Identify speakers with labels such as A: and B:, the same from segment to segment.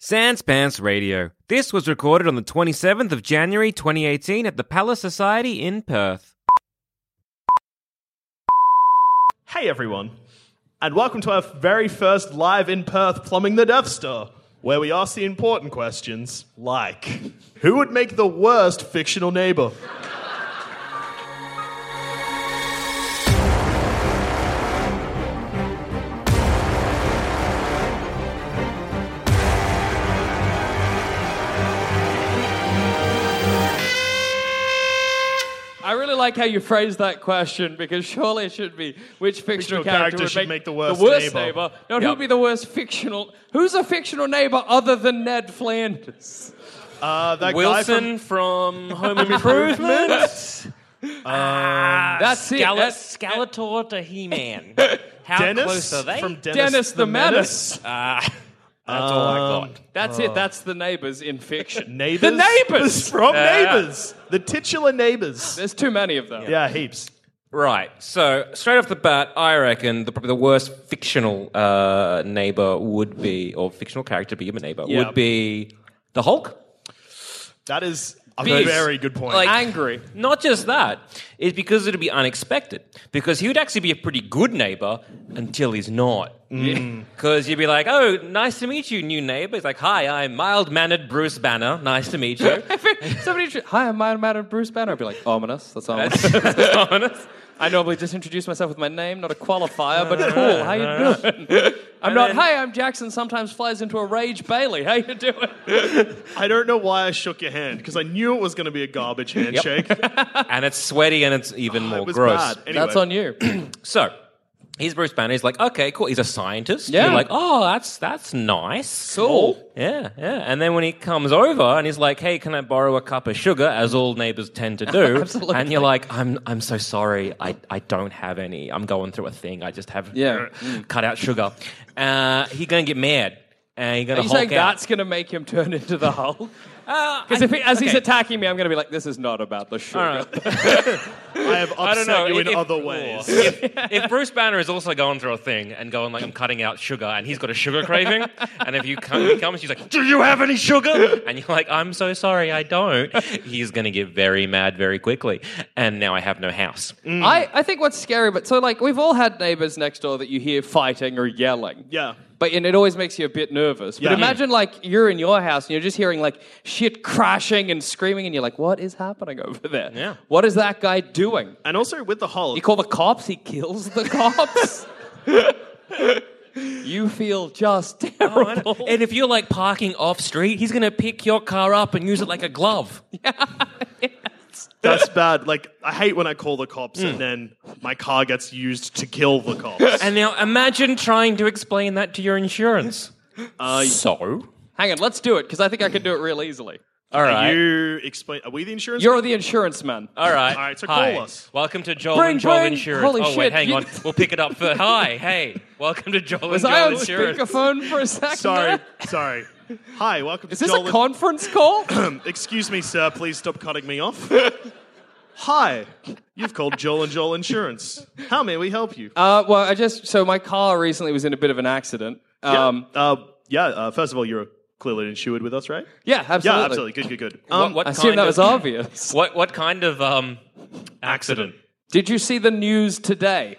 A: Sans Pants Radio. This was recorded on the 27th of January 2018 at the Palace Society in Perth.
B: Hey everyone, and welcome to our very first live in Perth Plumbing the Death Star, where we ask the important questions like Who would make the worst fictional neighbor?
C: I really like how you phrased that question because surely it should be which
B: Fictional
C: fictional,
B: character
C: would
B: should make the worst neighbor.
C: neighbor. No, who'd be the worst fictional? Who's a fictional neighbor other than Ned Flanders?
B: Uh, that
A: Wilson
B: guy
A: from, Home Improvement.
C: That's it.
D: Scala-
C: That's
D: Skeletor to He Man. How
B: from Dennis
D: close are they?
B: from Dennis,
C: Dennis the Menace.
A: Uh,
D: Ah, that's all I
A: Um,
D: got.
C: That's it. That's the neighbors in fiction.
B: Oh. Neighbors
C: The neighbors.
B: from neighbors, the titular neighbors.
C: There's too many of them.
B: Yeah, heaps.
A: Right. So straight off the bat, I reckon the, probably the worst fictional uh, neighbor would be, or fictional character be a neighbor
B: Yeah.
A: would be the Hulk.
B: That is a
A: Bees.
B: very good point.
A: Like-
C: Angry.
A: Not just that, it's because it'd be unexpected. Because he would actually be a pretty good neighbor until he's not.
B: Mm.
A: Because you'd be like, oh, nice to meet you, new neighbor. He's like, hi, I'm mild mannered Bruce Banner. Nice to meet you.
C: Somebody, should- hi, I'm Iron Man and Bruce Banner. I'd be like, ominous. That's ominous.
A: Honest.
C: I normally just introduce myself with my name, not a qualifier, but
A: Uh,
C: cool. How you doing? I'm not.
A: then-
C: Hey, I'm Jackson. Sometimes flies into a rage. Bailey, how you doing?
B: I don't know why I shook your hand because I knew it was going to be a garbage handshake.
A: and it's sweaty and it's even more
B: Oh, it was
A: gross.
B: bad. Anyway,
C: That's on you.
A: So he's Bruce Banner. He's like, okay, cool. He's a scientist.
C: Yeah.
A: You're like, oh, that's that's nice.
C: Cool.
A: Yeah, yeah. And then when he comes over and he's like, hey, can I borrow a cup of sugar, as all neighbors tend to do.
C: Absolutely.
A: And you're like, I'm I'm so sorry. I, I don't have any. I'm going through a thing. I just have
C: Yeah.
A: cut out sugar. Uh, he's going to get mad. And he's going
C: Are
A: to
C: you
A: hulk
C: saying
A: out.
C: that's going to make him turn into the Hulk?
A: Uh,
C: Because
A: I-
C: if he, as he's
A: okay.
C: attacking me, I'm going to be like, "This is not about the sugar."
B: I have upset
A: I don't know.
B: you
A: if-
B: in
A: if-
B: other ways.
A: If, if Bruce Banner is also going through a thing and going like, "I'm cutting out sugar," and he's got a sugar craving, and if you come, he comes, she's like, "Do you have any sugar?" And you're like, "I'm so sorry, I don't." He's going to get very mad very quickly, and now I have no house.
C: I, I think what's scary, but so like we've all had neighbors next door that you hear fighting or yelling.
B: Yeah.
C: But and it always makes you a bit nervous. But
B: Yeah.
C: imagine like you're in your house and you're just hearing like shit crashing and screaming and you're like, what is happening over there?
A: Yeah.
C: What is that guy doing?
B: And also with the Hulk,
C: You call the cops, he kills the cops. you feel just
B: Oh,
C: terrible.
A: And if you're like parking off street, he's going to pick your car up and use it like a glove.
B: that's bad. Like I hate when I call the cops
C: Hmm.
B: and then my car gets used to kill the cops.
A: And now imagine trying to explain that to your insurance. Uh, so,
C: Hang on, let's do it because I think I can do it real easily.
A: all right.
B: You explain. Are we the insurance?
C: You're the insurance man.
A: All right.
B: All right, so call us.
A: Welcome to Joel
C: Bring,
A: and Joel
C: bring.
A: Insurance.
C: Holy
A: oh, wait,
C: shit,
A: hang
C: you-
A: on. We'll pick it up first. Hi, hey. Welcome to Joel
C: Was
A: and
C: I
A: Joel
C: on
A: Insurance.
C: speakerphone for a second?
B: sorry,
C: there?
B: sorry. Hi, welcome
C: Is
B: to
C: this
B: Joel
C: a conference call?
B: and- Excuse me, sir. Please stop cutting me off. Hi, you've called Joel and Joel Insurance. How may we help you?
C: uh, well, I just so my car recently was in a bit of an accident. Um,
B: yeah, uh, yeah uh, first of all, you're clearly insured with us, right?
C: yeah, absolutely.
B: Yeah, absolutely. Good, good, good.
A: What-
B: Um,
A: what
C: I assume
A: kind
C: that
A: of-
C: was obvious.
A: What what kind of um, accident?
C: Did you see the news today?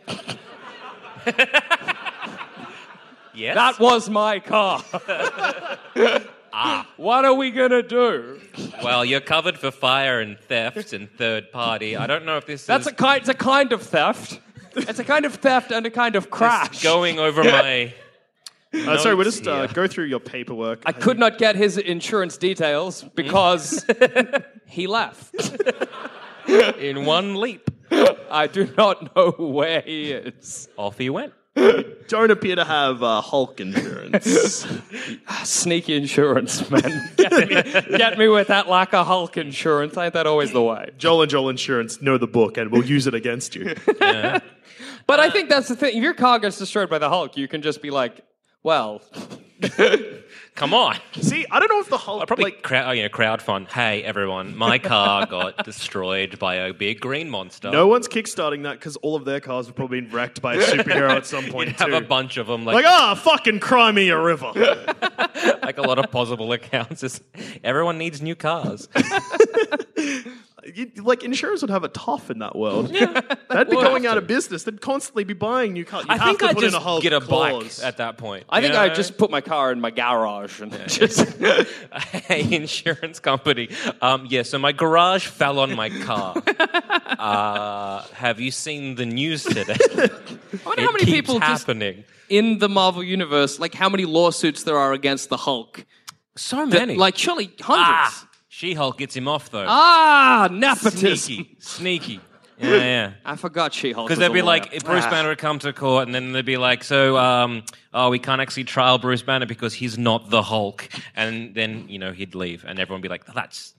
A: Yes.
C: That was my car. What are we gonna do?
A: well, you're covered for fire and theft and third party. I don't know if this
C: That's
A: is
C: a kind. It's a kind of theft. It's a kind of theft and a kind of crash.
A: going over my.
B: Uh, sorry, we'll
A: notes
B: just uh,
A: here.
B: go through your paperwork.
C: I could not get his insurance details because he left.
A: in one leap.
C: I do not know where he is.
A: Off he went.
B: don't appear to have uh, Hulk insurance.
C: Sneaky insurance, man. Get me, get me with that lack of Hulk insurance. Ain't that always the way?
B: Joel and Joel Insurance know the book and will use it against you.
C: But I think that's the thing. If your car gets destroyed by the Hulk, you can just be like, well,
A: Come on.
B: See, I don't know if the Hulk.
A: I probably oh,
B: like,
A: crowd, you know, crowdfund. Hey, everyone, my car got destroyed by a big green monster.
B: no one's kickstarting that because all of their cars have probably been wrecked by a superhero at some
A: You'd
B: point
A: have
B: too.
A: a bunch of them,
B: like, ah, fucking cry me a river.
A: like a lot of possible accounts. Just, everyone needs new cars.
B: You- like, insurers would have a tough in that world. They'd be going out of business. They'd constantly be buying new cars. You
A: I
B: have
A: think
B: to
A: I
B: put
A: just
B: in a Hulk
A: get a
B: clause.
A: bike at that point.
C: I think
A: you
C: I
A: know?
C: just put my car in my garage and just.
A: hey insurance company. Um, yeah, so my garage fell on my car. uh, have you seen the news today?
C: I wonder
A: it
C: how many
A: keeps
C: people just
A: happening.
C: in the Marvel universe, like how many lawsuits there are against the Hulk?
A: so
C: That-
A: many.
C: like surely hundreds.
A: ah, She Hulk gets him off though.
C: Ah, nepotism.
A: sneaky, sneaky. Yeah, yeah.
C: I forgot She Hulk.
A: Because they'd be like, if
C: Ah.
A: Bruce Banner would come to court, and then they'd be like, so, um, oh, we can't actually trial Bruce Banner because he's not the Hulk. And then, you know, he'd leave, and everyone would be like, that's.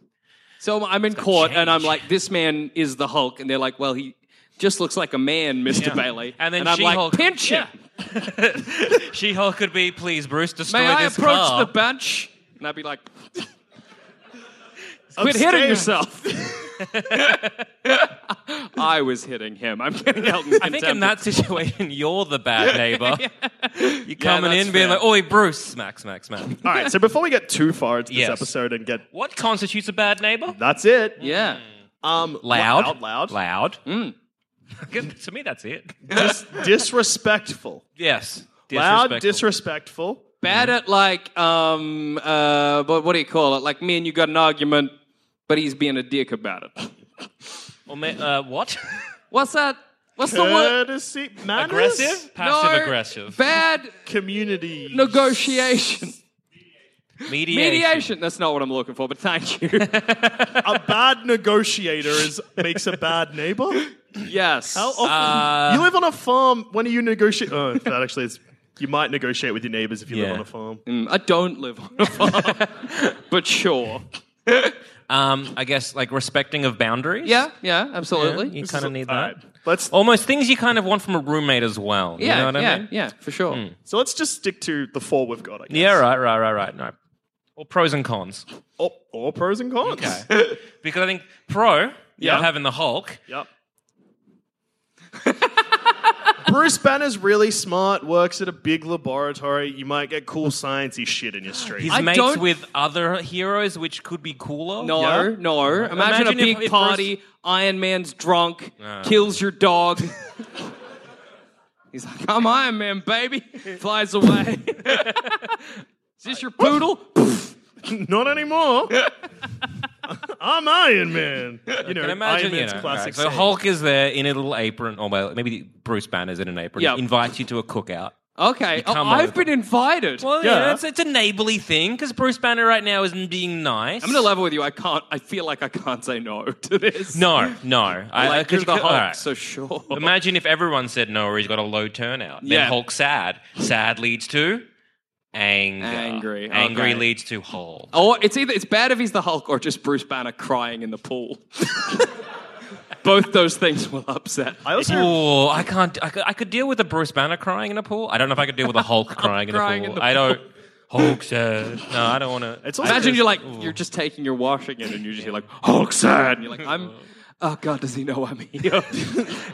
C: So I'm in court and I'm
A: change.
C: like, this man is the Hulk, and they're like, well, he just looks like a man, Mister
A: Yeah.
C: Bailey.
A: And then
C: I'm like,
A: She-Hulk-
C: pinch him.
A: She Hulk could be, please, Bruce, destroy
C: May I
A: this
C: approach
A: car.
C: the bench? And I'd be like, quit hitting yourself. I was hitting him. I'm getting held in
A: I think in that
C: contempt.
A: situation, you're the bad neighbor. You're coming
C: that's
A: in being
C: fair.
A: like, oi, Bruce, smack, smack, smack.
B: All right, so before we get too far into this
A: Yes.
B: episode and get.
A: What constitutes a bad neighbor?
B: That's it.
C: Yeah.
B: Um,
A: Loud.
B: Loud. Loud.
A: Loud.
C: Mm.
A: to me, that's it.
B: Dis- disrespectful.
A: Yes. Disrespectful.
B: Loud, disrespectful.
C: bad at like um uh but what do you call it like me and you got an argument but he's being a dick about it
A: Or ma- uh, what?
C: what's that what's the word
B: Courtesy. Manners?
A: Aggressive? Passive
C: No,
A: aggressive.
C: bad
B: Community.
C: negotiation
A: Mediation.
C: mediation that's not what i'm looking for but thank you
B: a bad negotiator is makes a bad neighbor.
C: yes
B: How often? you live on a farm. When are you negotiate? Oh, that actually is. You might negotiate with your neighbors if you
A: Yeah. Mm-hmm.
B: live on a farm.
C: Mm, i don't live on a farm but sure
A: Um, I guess like respecting of boundaries.
C: yeah yeah absolutely
A: you kind of need
B: All
A: that.
B: right. Let's
A: Almost things you kind of want from a roommate as well.
C: yeah,
A: you know what
C: yeah,
A: I mean? Hmm.
C: yeah, for sure.
B: so let's just stick to the four we've got. I guess.
A: Yeah, right, right, right, right. No. Or pros and cons.
B: Or, or Oh, pros and cons.
A: Okay. Because I think pro, yeah,
B: Yeah.
A: not having the Hulk.
B: Yep. Bruce Banner's really smart. Works at a big laboratory. You might get cool sciencey shit in your street.
A: He's
C: I
A: mates
C: don't-
A: with other heroes, which could be cooler.
C: No,
B: Yeah.
C: no. Imagine,
A: Imagine
C: a
A: if-
C: big
A: if Bruce-
C: party. Iron Man's drunk, kills your dog. He's like, "I'm Iron Man, baby." Flies away. Is this your poodle?
B: Not anymore. I'm Iron Man. You know,
A: Can imagine,
B: Iron
A: you
B: Man's
A: know,
B: classic.
A: right, so
B: saying.
A: Hulk is there in a little apron, or well, maybe Bruce Banner's in an apron.
C: Yeah.
A: Invites you to a cookout.
C: Okay, oh,
A: come
C: I've
A: over.
C: been invited.
A: Well, yeah,
B: Yeah.
A: it's, it's a neighborly thing because Bruce Banner right now is being nice.
C: I'm gonna level with you. I can't. I feel like I can't say no to this.
A: No, no. I, I-
C: like
A: 'cause
C: you're
A: you
C: the
A: could-
C: Hulk,
A: alright.
C: so sure.
A: Imagine if everyone said no, or he's got a low turnout. Then
C: Yeah.
A: Hulk sad. Sad leads to anger.
C: Angry,
A: Angry
C: okay. Oh,
A: leads to Hulk.
C: Or it's either it's bad if he's the Hulk or just Bruce Banner crying in the pool. Both those things will upset.
B: I also
A: Oh, I can't. I could, I could deal with a Bruce Banner crying in a pool. I don't know if I could deal with a Hulk crying in a
C: crying
A: pool.
C: in the
A: I don't. Hulk said. No, I don't want to.
B: It's also
C: Imagine
B: just-
C: you're like you're just taking your washing in, and you just hear like Hulk said, and you're like, I'm. Oh God, does he know I'm here?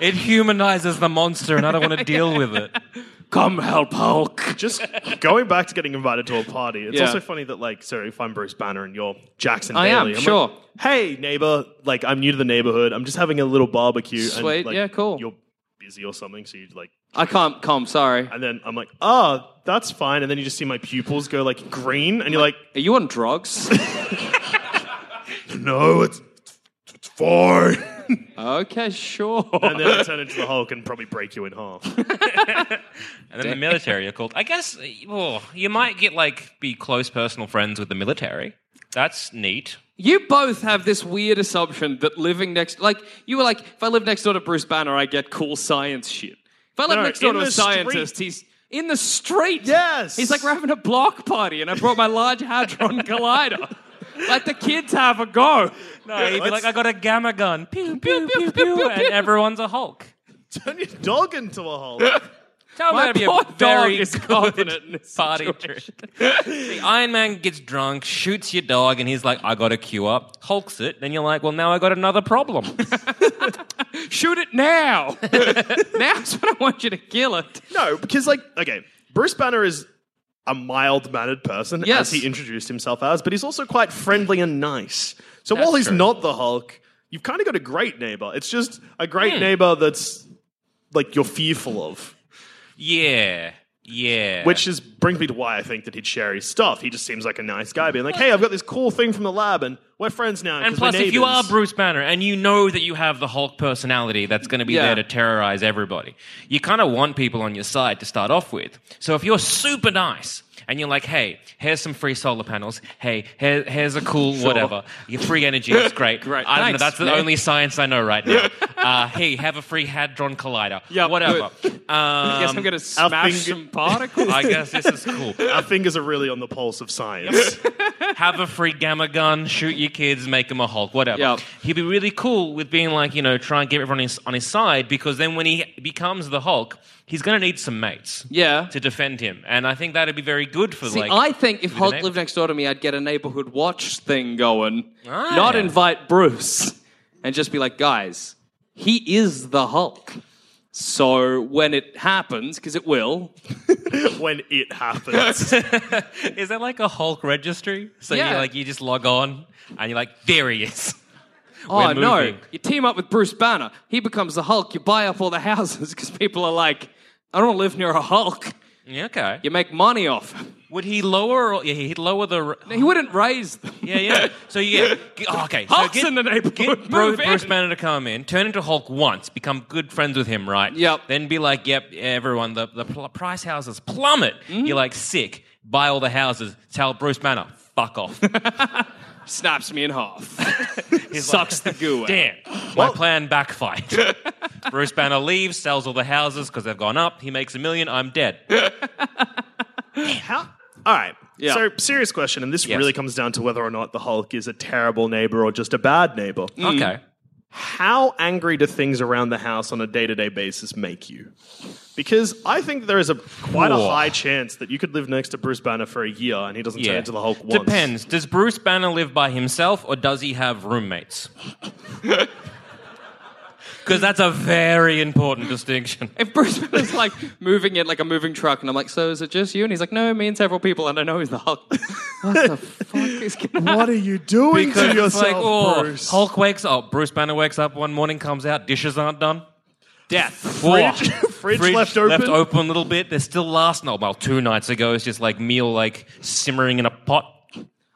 A: It humanizes the monster, and I don't want to deal with it.
C: Come help Hulk.
B: Just going back to getting invited to a party, it's
C: Yeah.
B: also funny that, like, so if I'm Bruce Banner and you're Jackson
C: I am,
B: Bailey, I'm
C: sure.
B: like, hey, neighbor, like, I'm new to the neighborhood. I'm just having a little barbecue.
C: Sweet,
B: and, like,
C: yeah, cool.
B: You're busy or something, so you like,
C: I can't come. Sorry.
B: and then I'm like, oh, that's fine. And then you just see my pupils go like green, and you're like,
C: Are you on drugs?
B: no, it's, it's fine.
C: okay, sure.
B: and then I turn into the Hulk and probably break you in half.
A: And then the military are called. I guess oh, you might get like be close personal friends with the military. That's neat.
C: You both have this weird assumption that living next, like you were like, if I live next door to Bruce Banner, I get cool science shit. If I live
B: No,
C: next door
B: in
C: to a
B: the
C: scientist,
B: street.
C: he's in the street.
B: Yes.
C: he's like we're having a block party, and I brought my large hadron collider. Let the kids have a go.
A: No, you'd be like, I got a gamma gun. Pew pew pew pew, pew and everyone's a Hulk.
B: turn your dog into a Hulk.
A: Tell me
C: My
A: that'd be
C: poor
A: a
C: dog
A: very
C: is
A: good
C: confident in this
A: party trick. the Iron Man gets drunk, shoots your dog, and he's like, "I got a cure." Hulks it. Then you're like, "Well, now I got another problem."
C: Shoot it now. Now's when I want you to kill it.
B: No, because like okay, Bruce Banner is a mild mannered person
C: Yes.
B: as he introduced himself as, but he's also quite friendly and nice. So while he's
A: true.
B: not the Hulk, you've kind of got a great neighbor. It's just a great neighbor that's like you're fearful of.
A: yeah, yeah.
B: Which is brings me to why I think that he'd share his stuff. He just seems like a nice guy, being like, "Hey, I've got this cool thing from the lab, and we're friends now."
A: And
B: 'cause we're
A: plus, if you are
B: neighbors."
A: Bruce Banner and you know that you have the Hulk personality that's going to be
C: Yeah.
A: there to terrorize everybody, you kind of want people on your side to start off with. So if you're super nice and you're like, hey, here's some free solar panels, hey, here, here's a cool whatever, your free energy is great.
C: Great.
A: I don't know,
C: Thanks,
A: that's the
C: man.
A: only science I know right now. uh, hey, have a free Hadron Collider.
C: Yeah,
A: whatever. Uh,
C: I guess I'm gonna
B: our
C: smash
B: finger-
C: some particles.
A: I guess this is cool.
B: Our fingers are really on the pulse of science.
A: have a free gamma gun, shoot your kids, make them a Hulk, whatever.
C: Yep.
A: He'd be really cool with being like, you know, try and get everyone on his, on his side because then when he becomes the Hulk, he's going to need some mates.
C: Yeah.
A: To defend him. And I think that'd be very good for
C: See,
A: like.
C: I think if
A: the
C: Hulk
A: neigh-
C: lived next door to me, I'd get a neighborhood watch thing going.
A: Ah.
C: Not invite Bruce and just be like, guys, he is the Hulk. So when it happens, because it will,
B: when it happens,
A: Is there like a Hulk registry? So
C: Yeah.
A: you like, you just log on and you're like, there he is.
C: oh
A: We're
C: no,
A: moving.
C: you team up with Bruce Banner. He becomes the Hulk. You buy up all the houses because people are like, I don't live near a Hulk.
A: Yeah, okay.
C: You make money off him.
A: Would he lower? Or, yeah, he'd lower the. r-
C: He wouldn't raise them.
A: Yeah, yeah. So yeah, g- oh, okay. So
C: Hulk's in the neighborhood.
A: Get Bro-
C: Move in.
A: Bruce Banner to come in, turn into Hulk once, become good friends with him, right?
C: Yep.
A: Then be like, yep, everyone, the the pl- price houses plummet.
C: Mm-hmm.
A: You're like sick. Buy all the houses. Tell Bruce Banner, fuck off.
C: Snaps me in half. Sucks the goo out.
A: Damn, my plan backfired. Bruce Banner leaves, sells all the houses because they've gone up. He makes a million. I'm dead.
B: How? All right.
C: Yeah.
B: So, serious question, and this
A: Yes.
B: really comes down to whether or not the Hulk is a terrible neighbor or just a bad neighbor.
C: Mm.
A: Okay.
B: How angry do things around the house on a day to day basis make you? Because I think there is a quite a
A: Whoa.
B: high chance that you could live next to Bruce Banner for a year and he doesn't turn into the Hulk once.
A: Depends. Does Bruce Banner live by himself or does he have roommates? Because that's a very important distinction.
C: If Bruce Banner's like moving it like a moving truck, and I'm like, so is it just you? And he's like, no, me and several people, and I know he's the Hulk. what the fuck is going on?
B: What are you doing
A: Because
B: to
A: it's
B: yourself,
A: like, oh,
B: Bruce?
A: Hulk wakes up. Bruce Banner wakes up one morning, comes out, dishes aren't done.
C: Death.
A: Whoa.
B: Fridge- fridge left open?
A: a little bit. There's still last night. Well, two nights ago, it's just like meal like simmering in a pot.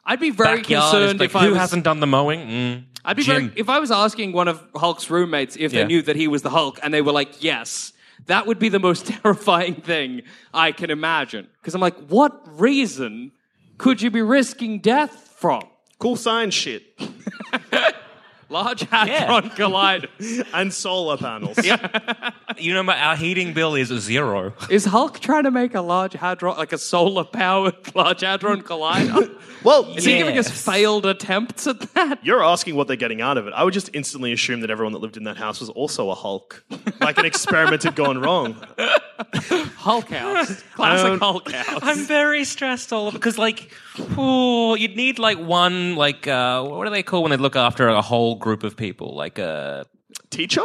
C: I'd be very
A: Backyard is
C: concerned
A: like,
C: if I
A: who
C: was.
A: hasn't done the mowing. Mm.
C: I'd be
A: Jim.
C: very, if I was asking one of Hulk's roommates if they
A: Yeah.
C: knew that he was the Hulk, and they were like, yes. That would be the most terrifying thing I can imagine. Because I'm like, what reason could you be risking death from?
B: Cool science shit
C: Large hadron collider.
B: and solar panels.
A: you know, my, our heating bill is zero.
C: Is Hulk trying to make a large hadron, like a solar powered large hadron collider?
B: Well,
C: Is
B: see,
C: he giving us failed attempts at that?
B: you're asking what they're getting out of it. I would just instantly assume that everyone that lived in that house was also a Hulk, like an experiment had gone wrong.
C: Hulk house, Um, classic Hulk house.
A: I'm very stressed all because like, oh, you'd need like one like uh, what do they call when they look after a whole group of people? Like uh,
B: Teacher?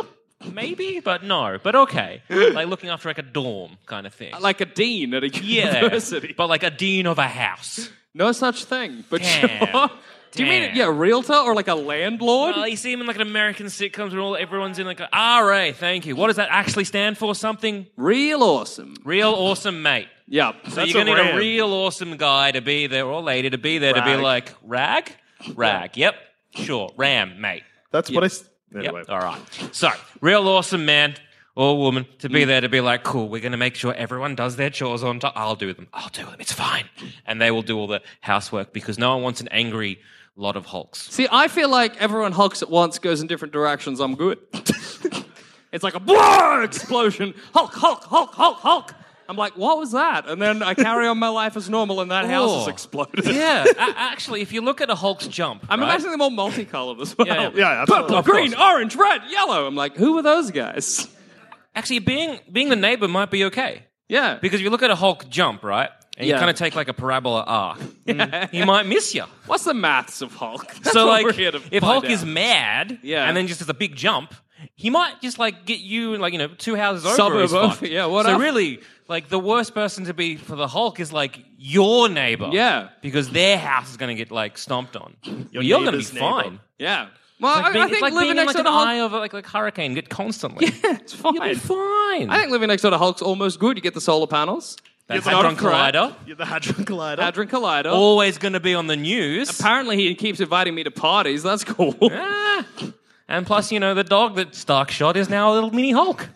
A: maybe, but no, but okay, like looking after like a dorm kind of thing.
C: like a dean at a
A: yeah,
C: university.
A: but like a dean of a house.
C: no such thing. But
A: Damn.
C: sure. Do you mean
A: Damn.
C: yeah, realtor or like a landlord?
A: Well, Uh, you see him in like an American sitcoms where all everyone's in like a RA. Thank you. What does that actually stand for? Something
C: Real awesome.
A: real awesome, mate.
C: Yeah.
A: So
B: That's
A: you're gonna
B: a
A: need a
B: ram.
A: real awesome guy to be there or lady to be there to be
B: Rag.
A: like rag, rag. Yep, sure, ram, mate.
B: That's what I. s-
A: Yep.
B: Anyway.
A: All right. So real awesome man or woman to
C: Mm.
A: be there to be like, cool. We're gonna make sure everyone does their chores on time. I'll do them. I'll do them. It's fine. And they will do all the housework because no one wants an angry lot of hulks.
C: See, I feel like everyone hulks at once, goes in different directions. I'm good. it's like a whoa explosion. Hulk, Hulk, Hulk, Hulk, Hulk. I'm like, what was that? And then I carry on my life as normal, and that house has
A: Oh.
C: exploded.
A: Yeah. a- actually, if you look at a hulk's jump,
C: I'm
A: right?
C: imagining them all multicolored as well.
A: Yeah, yeah.
B: Yeah, absolutely.
C: Purple,
B: Of
C: green,
A: course.
C: orange, red, yellow. I'm like, who were those guys?
A: actually being being the neighbor might be okay.
C: Yeah.
A: Because if you look at a Hulk jump, right? And you
C: Yeah.
A: kind of take like a parabola arc, he might miss you.
C: What's the maths of Hulk? That's
A: so
C: what
A: like,
C: we're here to
A: if
C: find
A: Hulk
C: out.
A: is mad,
C: Yeah.
A: and then just does a big jump, he might just like get you like you know two houses over.
C: Suburb
A: is fine.
C: over, yeah, what
A: so
C: up?
A: really, like the worst person to be for the Hulk is like your neighbor.
C: Yeah.
A: because their house is going to get like stomped on.
B: Your
A: You're going to be
B: neighbor's neighbor.
A: fine.
C: yeah. Well,
A: Like
C: I,
A: being,
C: I think
A: it's like
C: living
A: being in
C: next
A: like
C: to
A: an
C: the Hulk,
A: eye of like, like hurricane, get constantly.
C: it's fine.
A: You'll be fine.
C: I think living next to the Hulk's almost good. You get the solar panels,
A: That's
C: it's not a
A: Hadron
C: threat.
A: Collider.
B: You're the Hadron Collider.
C: Hadron Collider.
A: Always going to be on the news.
C: Apparently, he keeps inviting me to parties. That's cool. Yeah.
A: Ah. And plus, you know, the dog that Stark shot is now a little mini Hulk.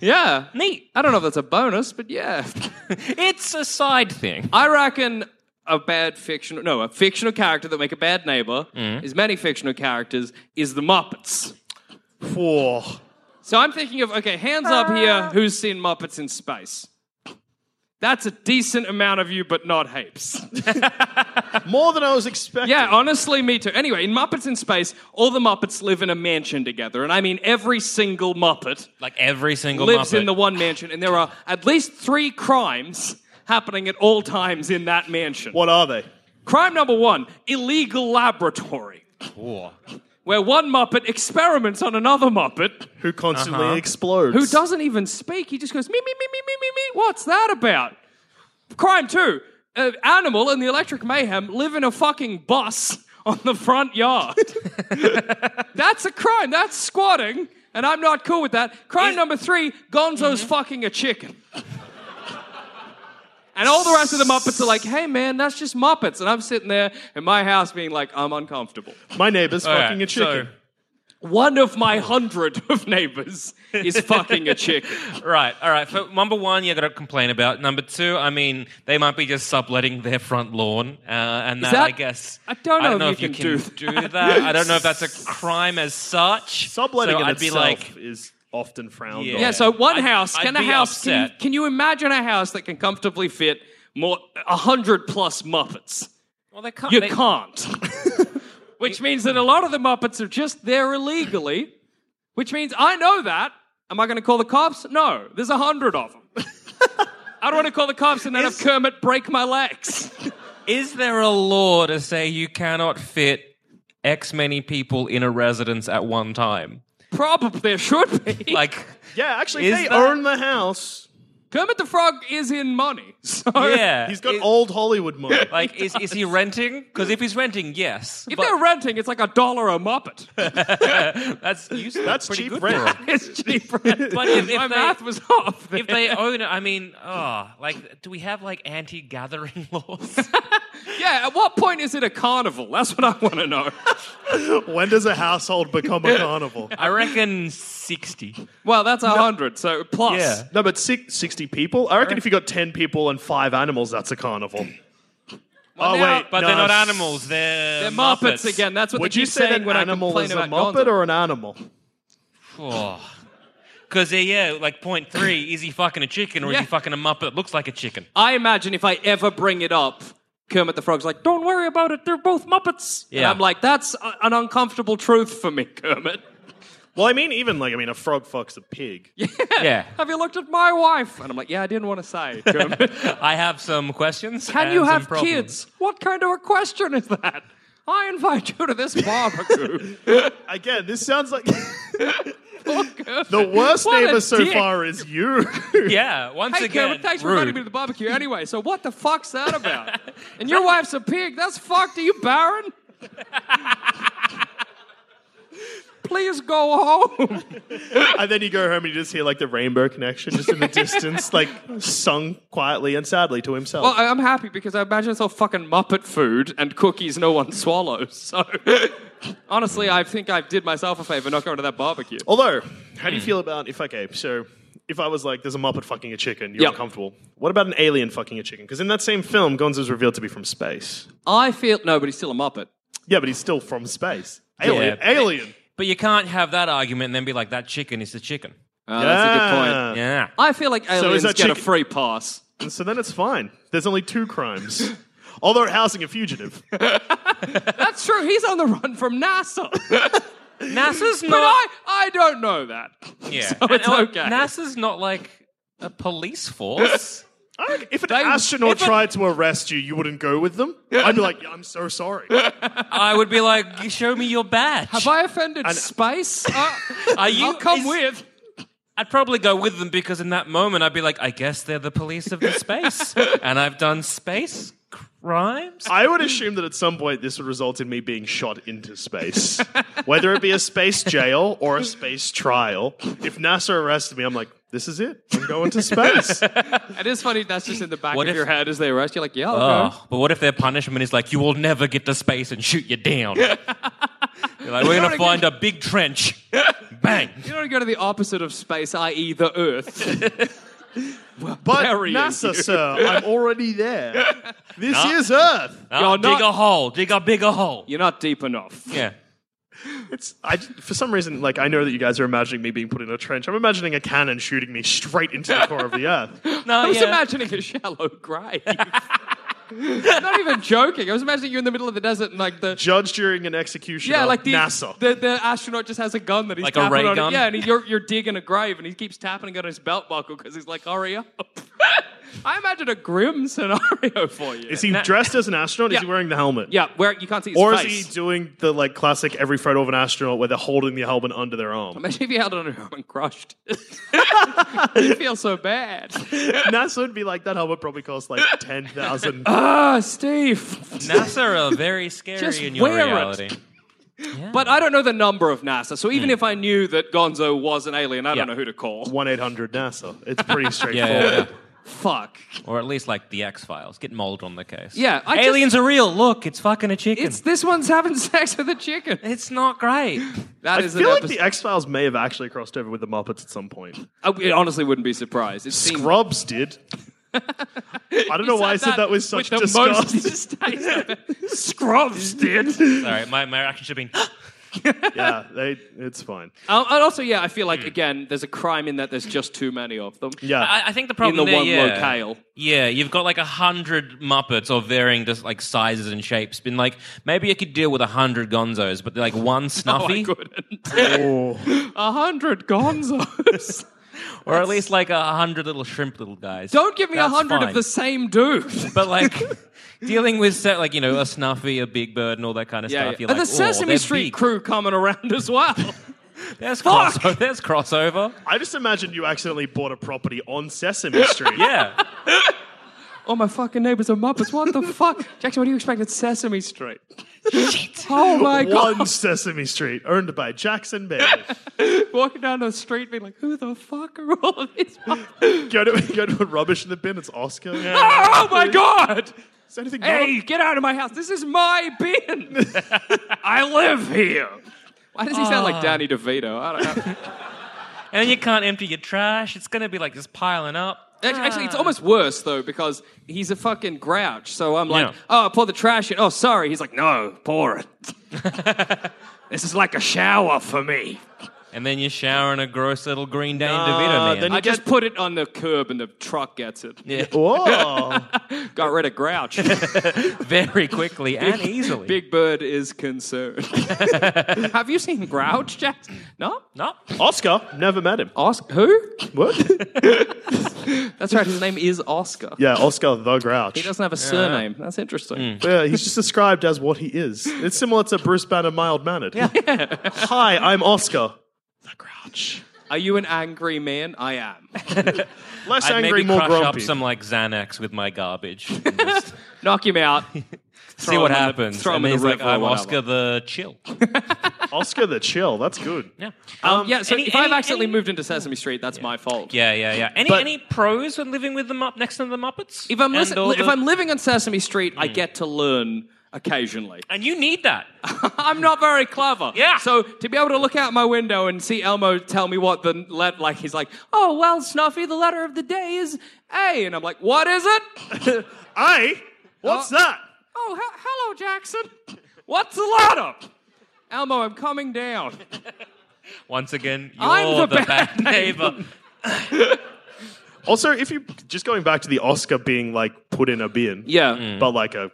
A: Neat.
C: I don't know if that's a bonus, but yeah.
A: It's a side thing.
C: I reckon a bad fictional, no, a fictional character that make a bad neighbor, as many fictional characters, is the Muppets.
B: Four.
C: So I'm thinking of, okay, hands up here, who's seen Muppets in space? That's a decent amount of you, but not heaps.
B: More than I was expecting.
C: Yeah, honestly, me too. Anyway, in Muppets in Space, all the Muppets live in a mansion together, and I mean every single Muppet
A: Like every single
C: lives
A: Muppet.
C: in the one mansion, and there are at least three crimes happening at all times in that mansion.
B: What are they?
C: Crime number one illegal laboratory, where one Muppet experiments on another Muppet
B: Who constantly
A: Uh-huh.
B: explodes?
C: who doesn't even speak. He just goes, me, me, me, me, me, me, me. What's that about? Crime two uh, Animal and the Electric Mayhem live in a fucking bus on the front yard. That's a crime. That's squatting. And I'm not cool with that. Crime number three Gonzo's fucking a chicken. And all the rest of the Muppets are like, hey man, that's just Muppets. And I'm sitting there in my house being like, I'm uncomfortable.
B: My neighbor's
A: All right,
B: fucking a chicken.
C: One of my hundred of neighbors is fucking a chicken.
A: So, right, all right. For number one, you're going to complain about. Number two, I mean, they might be just subletting their front lawn. Uh, and that,
C: that-
A: I guess.
C: I don't know
A: if,
C: if you
A: you
C: can do
A: do that. I don't know if that's a crime as such.
B: Subletting
A: so
B: in
A: I'd
B: itself
A: be like,
B: is often frowned
A: Yeah.
B: on.
C: Yeah, so one
A: I'd-
C: house.
A: I'd
C: Can a
A: be
C: house? Can you,
A: upset.
C: can you imagine a house that can comfortably fit more a hundred plus Muppets?
A: well, they can't.
C: You
A: they-
C: can't. which means that a lot of the Muppets are just there illegally. Which means I know that. Am I going to call the cops? No. There's a hundred of them. I don't want to call the cops and then have Kermit break my legs.
A: Is there a law to say you cannot fit X many people in a residence at one time?
C: Probably there should be.
A: Like,
B: Yeah, actually,
A: Is
B: they
A: that-
B: own the house.
C: Kermit the Frog is in money, so
A: yeah.
B: He's got
A: Is-
B: old Hollywood money.
A: Like, is, is he renting? Because if he's renting, yes.
C: If
A: but
C: they're renting, it's like a dollar a Muppet.
A: that's useful.
B: That's
A: pretty
B: cheap
A: good
B: rent.
A: for him.
C: It's cheap rent.
A: But if, if
C: My
A: they,
C: math was off.
A: if they own it, I mean, oh, like, do we have like anti-gathering laws?
C: Yeah, at what point is it a carnival? That's what I want to know.
B: when does a household become a carnival?
A: I reckon sixty.
C: well, that's a hundred, so plus.
A: Yeah.
B: No, but six, 60 people? I reckon if you got 10 people and five animals, that's a carnival. oh,
C: now-
B: wait.
A: But
B: no,
A: they're not
B: s-
A: animals. They're,
C: They're Muppets again. That's what
B: Would you
C: they keep
B: say
C: saying
B: that
C: when I
B: animal
C: complain
B: is a
C: about
B: Muppet
C: Gonzo.
B: or an animal?
A: Oh. Because, yeah, like point three is he fucking a chicken or is he fucking a muppet that looks like a chicken?
C: I imagine if I ever bring it up, Kermit the Frog's like, "Don't worry about it. They're both Muppets." And
A: Yeah.
C: I'm like, "That's a- an uncomfortable truth for me, Kermit."
B: Well, I mean, even like, I mean, a frog fucks a pig.
A: Yeah.
C: Have you looked at my wife? And I'm like, "Yeah, I didn't want to say." Kermit.
A: I have some questions.
C: Can
A: and
C: you
A: some
C: have
A: problems.
C: kids? What kind of a question is that? I invite you to this barbecue.
B: Again, this sounds like the worst
C: What a
B: neighbor so
C: dick.
B: far is you.
A: Yeah, once
C: hey,
A: again.
C: Kermit, thanks for
A: rude.
C: inviting me to the barbecue anyway. So what the fuck's that about? And your wife's a pig. That's fucked. Are you barren? Please go home.
B: and then you go home and you just hear like the rainbow connection just in the distance, like sung quietly and sadly to himself.
C: Well, I- I'm happy because I imagine it's all fucking Muppet food and cookies no one swallows. So honestly, I think I did myself a favor not going to that barbecue.
B: Although, how do
C: Hmm.
B: you feel about if okay, so if I was like, there's a Muppet fucking a chicken, you're
C: Yeah.
B: uncomfortable. What about an alien fucking a chicken? Because in that same film, Gonzo's revealed to be from space.
C: I feel no, but he's still a Muppet.
B: Yeah, but he's still from space. Alien,
A: Yeah.
B: alien.
A: But you can't have that argument and then be like, that chicken is the chicken.
C: Uh, That's a good point.
A: Yeah.
C: I feel like
B: is
C: aliens
B: that
C: get a
B: chicken-
C: free pass.
B: point. Ah. So then it's fine. There's only two crimes. Although housing a fugitive.
C: That's true. He's on the run from NASA.
A: NASA's
C: But
A: not.
C: I, I don't know that.
A: yeah.
C: So
A: And,
C: it's
A: uh,
C: okay.
A: NASA's not like a police force.
B: I reckon if an
C: They-
B: astronaut
C: if a-
B: tried to arrest you, you wouldn't go with them. I'd be like, "Yeah, I'm so sorry.
A: I would be like, show me your badge.
C: Have I offended space? Uh,
A: Are you-
C: I'll come
A: is-
C: with.
A: I'd probably go with them because in that moment I'd be like, I guess they're the police of the space. and I've done space crimes.
B: I would assume that at some point this would result in me being shot into space, whether it be a space jail or a space trial. If NASA arrested me, I'm like, this is it. I'm going to space.
C: It is funny that's just in the back
A: What
C: of
A: if-
C: your head as they arrest you. Like, yeah, okay.
A: Oh, but what if their punishment is like, you will never get to space and shoot you down? You're like, we're going to find a big trench. Bang.
C: You don't go to the opposite of space, i.e., the Earth.
B: But
C: Burying
B: NASA, sir, I'm already there. This is Earth.
A: Ah,
C: You're
A: dig
C: not-
A: a hole. Dig a bigger hole.
C: You're not deep enough.
A: Yeah.
B: It's I for some reason like I know that you guys are imagining me being put in a trench. I'm imagining a cannon shooting me straight into the core of the Earth.
A: No,
C: I was
A: yeah.
C: imagining a shallow grave. not even joking. I was imagining you in the middle of the desert and like the
B: Judge, during an execution.
C: yeah, like the,
B: NASA.
C: the the astronaut just has a gun that he's
A: Like a
C: tapping
A: ray
C: on.
A: gun?
C: Yeah, and he, you're you're digging a grave, and he keeps tapping it on his belt buckle because he's like, "Hurry up!" I imagine a grim scenario for you.
B: is he dressed as an astronaut? Is he wearing the helmet?
C: yeah, where you can't see his
B: Or is
C: face.
B: he doing the like classic every photo of an astronaut where they're holding the helmet under their arm?
C: Imagine if you held it on your arm and crushed it. you feel so bad.
B: NASA would be like that helmet probably costs like ten thousand.
C: Ah, Steve.
A: NASA are very scary
C: Just
A: in your
C: wear it.
A: reality.
C: But I don't know the number of NASA, so
B: Hmm.
C: even if I knew that Gonzo was an alien, I
A: Yeah.
C: don't know who to call.
B: One eight hundred NASA. It's pretty
A: Yeah,
B: straightforward.
A: yeah, yeah.
C: Fuck.
A: Or at least like the X Files. Get mold on the case.
C: Yeah, I just-
A: Aliens are real. Look, it's fucking a chicken.
C: It's
A: It's,
C: this one's having sex with a chicken.
A: not great.
C: That
B: I
C: is
B: feel
C: an
B: like
C: episode.
B: the X Files may have actually crossed over with the Muppets at some point.
C: I I honestly wouldn't be surprised. It seems
B: Scrubs did. I don't know why I said that with such
C: the
B: disgust.
C: most distaste. Scrubs did.
A: Sorry, my, my reaction should have been.
B: yeah, they, it's fine.
C: Um, and also, yeah, I feel like again, there's a crime in that there's just too many of them.
B: Hmm. Yeah,
A: I, I think uh, the
C: in
A: problem
C: the
A: there,
C: one
A: yeah,
C: locale.
A: Yeah, you've got like a hundred Muppets of varying just like sizes and shapes. Been like, maybe you could deal with a hundred Gonzos, but like one
C: Oh, I
A: Snuffy,
C: couldn't.
B: Oh.
C: A hundred Gonzos.
A: or at least like a hundred little shrimp little guys.
C: Don't give me a
A: That's
C: hundred of
A: fine.
C: the same dude.
A: But like dealing with set like you know a Snuffy, a Big Bird, and all that kind of
C: Yeah, yeah.
A: stuff. You're
C: And
A: like,
C: the Sesame
A: oh,
C: Street
A: big.
C: crew coming around as well.
A: There's,
C: Fuck!
A: crossover. there's crossover.
B: I just imagined you accidentally bought a property on Sesame Street.
A: Yeah.
C: oh, my fucking neighbors are Muppets. What the fuck? Jackson, what do you expect at Sesame Street? Oh my god.
B: One Sesame Street, owned by Jackson Bailey.
C: Walking down the street being like, who the fuck are all of these Muppets?
B: go to go to a rubbish in the bin. It's Oscar.
C: oh my god!
B: Is there anything wrong?
C: Hey, get out of my house. This is my bin. I live here. Ah. Why does he sound like Danny DeVito? I don't know.
A: And then you can't empty your trash. It's going to be like just piling up.
C: Act- Actually, it's almost worse though because he's a fucking grouch. So I'm like,
A: Yeah.
C: oh, pour the trash in. Oh, sorry. He's like, no, pour it. this is like a shower for me.
A: And then you're showering a gross little green Dane
B: Uh,
A: DeVito man.
B: then
C: I
B: you
C: just
B: get.
C: put it on the curb and the truck gets it.
B: Whoa.
C: Got rid of Grouch.
A: Very quickly and easily.
C: Big Bird is concerned. Have you seen Grouch, Jack? No?
A: No.
B: Oscar, never met him.
C: Oscar? Who?
B: What?
C: That's right, his name is Oscar.
B: yeah, Oscar the Grouch.
C: He doesn't have a surname. That's interesting.
A: Hmm.
B: Yeah, he's just described as what he is. It's similar to Bruce Banner, mild mannered. Hi, I'm Oscar. The Grouch.
C: Are you an angry man? I am.
B: Less
A: I'd maybe
B: angry, more
A: crush
B: grumpy.
A: up some like Xanax with my garbage. and just
C: Knock him out.
A: see what
C: him in the-
A: happens.
C: throw him
A: and
C: in the
A: he's like,
C: river or
A: I'm
C: whatever."
A: Oscar the Chill.
B: Oscar the chill. That's good.
A: Yeah.
C: Um, yeah, so
A: any-
C: if I've
A: any-
C: accidentally
A: any-
C: moved into Sesame Street, that's my fault.
A: Yeah, yeah, yeah. Any
B: But-
A: any pros when living with the Mupp next to the Muppets?
C: If I'm,
A: And
C: listen-
A: all
C: if
A: the- Mm.
C: I'm living on Sesame Street, I get to learn occasionally.
A: and you need that.
C: I'm not very clever.
A: Yeah.
C: So to be able to look out my window and see Elmo tell me what the let like he's like, oh well, Snuffy, the letter of the day is A, and I'm like, what is it?
B: I? What's
C: Oh.
B: that?
C: oh, he- hello, Jackson. What's the letter? Elmo, I'm coming down.
A: Once again, you're
C: I'm
A: the,
C: the
A: bad,
C: bad
A: neighbor.
B: Also, if you just going back to the Oscar being like put in a bin.
C: Yeah.
B: But like a.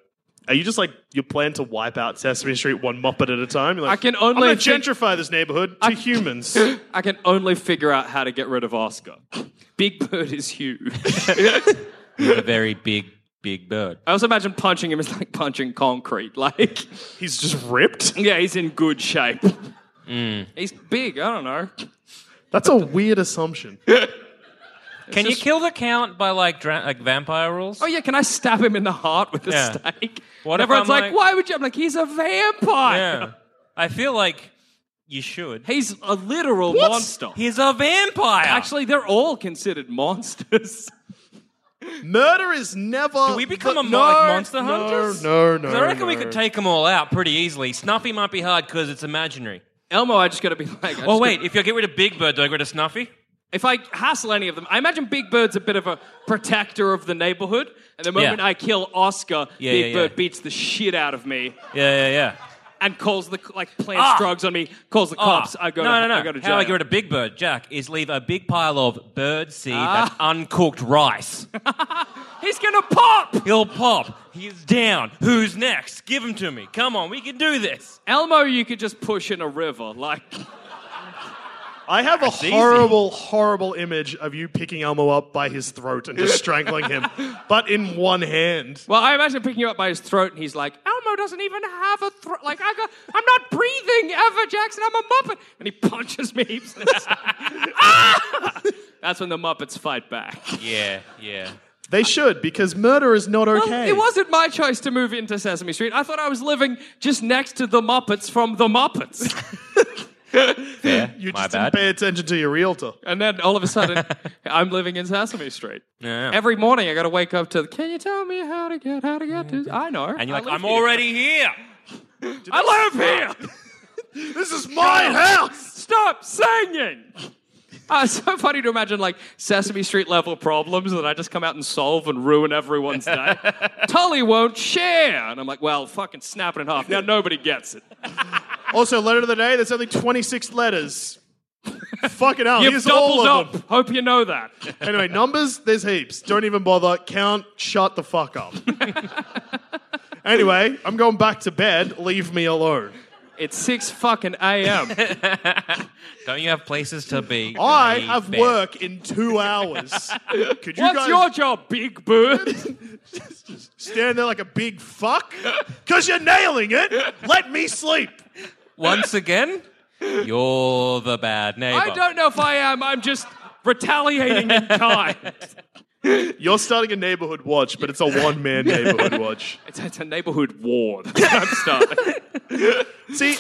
B: Are you just like you plan to wipe out Sesame Street one Muppet at a time? You're like,
C: I can
B: I'm
C: only
B: gonna
C: think-
B: gentrify this neighborhood to humans.
C: I can only figure out how to get rid of Oscar. Big Bird is huge.
A: You're a very big, big bird.
C: I also imagine punching him is like punching concrete. Like,
B: He's just ripped.
C: yeah, he's in good shape.
A: Mm.
C: He's big. I don't know.
B: That's a weird assumption.
A: Can you kill the count by like dra- like vampire rules?
C: Oh yeah, can I stab him in the heart with a
A: Yeah.
C: stake?
A: What
C: What
A: if
C: everyone's
A: I'm
C: like,
A: like-
C: why would you? I'm like, he's a vampire.
A: yeah. I feel like you should.
C: He's a literal monster.
A: He's a vampire.
C: Actually, they're all considered monsters.
B: Murder is never.
A: Do we become
B: the-
A: a mo-
B: no,
A: like monster
B: no,
A: hunters?
B: No, no.
A: So I reckon we
B: no.
A: could take them all out pretty easily. Snuffy might be hard because it's imaginary.
C: Elmo, I just gotta be like.
A: Oh
C: I just
A: wait,
C: gotta-
A: if you get rid of Big Bird, do I get rid of Snuffy?
C: if I hassle any of them, I imagine Big Bird's a bit of a protector of the neighborhood. And the moment
A: Yeah.
C: I kill Oscar,
A: Yeah,
C: Big
A: yeah,
C: Bird
A: yeah.
C: beats the shit out of me
A: Yeah, yeah, yeah.
C: and calls the like plants
A: Ah.
C: drugs on me, calls the cops. I go.
A: Oh. no, no,
C: to,
A: no.
C: I go to jail.
A: How I get rid of Big Bird, Jack, is leave a big pile of bird seed and uncooked rice.
C: He's gonna pop.
A: He'll pop. He's down. Who's next? Give him to me. Come on, we can do this.
C: Elmo, you could just push in a river, like.
B: I have a
A: easy.
B: horrible, horrible image of you picking Elmo up by his throat and just strangling him, but in one hand.
C: Well, I imagine picking you up by his throat, and he's like, "Elmo doesn't even have a throat. Like, I got, I'm not breathing ever, Jackson. I'm a Muppet." And he punches me. heaps in the stomach. Ah! That's when the Muppets fight back.
A: Yeah, yeah.
B: They should, because murder is not okay.
C: Well, it wasn't my choice to move into Sesame Street. I thought I was living just next to the Muppets from the Muppets,
A: Yeah,
B: You
A: my bad.
B: just didn't pay attention to your realtor.
C: and then all of a sudden, I'm living in Sesame Street.
A: Yeah.
C: Every morning, I got to wake up to, "Can you tell me how to get, how to get to?" I know.
A: and you're
C: I
A: like,
C: live
A: I'm
C: here."
A: already here.
C: I live here.
B: This is my house!
C: Stop singing! Uh, it's so funny to imagine like Sesame Street level problems that I just come out and solve and ruin everyone's day. Tully won't share. And I'm like, well, fucking snap it in half. Now nobody gets it.
B: Also, letter of the day, there's only 26 letters. Fucking hell,
C: You've
B: here's all
C: doubled
B: of
C: up.
B: them.
C: Hope you know that.
B: Anyway, numbers, there's heaps. Don't even bother. Count, shut the fuck up. anyway, I'm going back to bed. Leave me alone.
C: It's 6 fucking a.m.
A: Don't you have places to be?
B: I
A: Leave
B: have
A: bed.
B: work in two hours. Could you
C: What's
B: guys
C: your job, Big Bird?
B: stand there like a big fuck? Because you're nailing it. Let me sleep.
A: Once again, you're the bad neighbor.
C: I don't know if I am. I'm just retaliating in kind.
B: You're starting a neighborhood watch, but it's a one man neighborhood watch.
C: It's, it's a neighborhood war. That's what I'm starting.
B: See,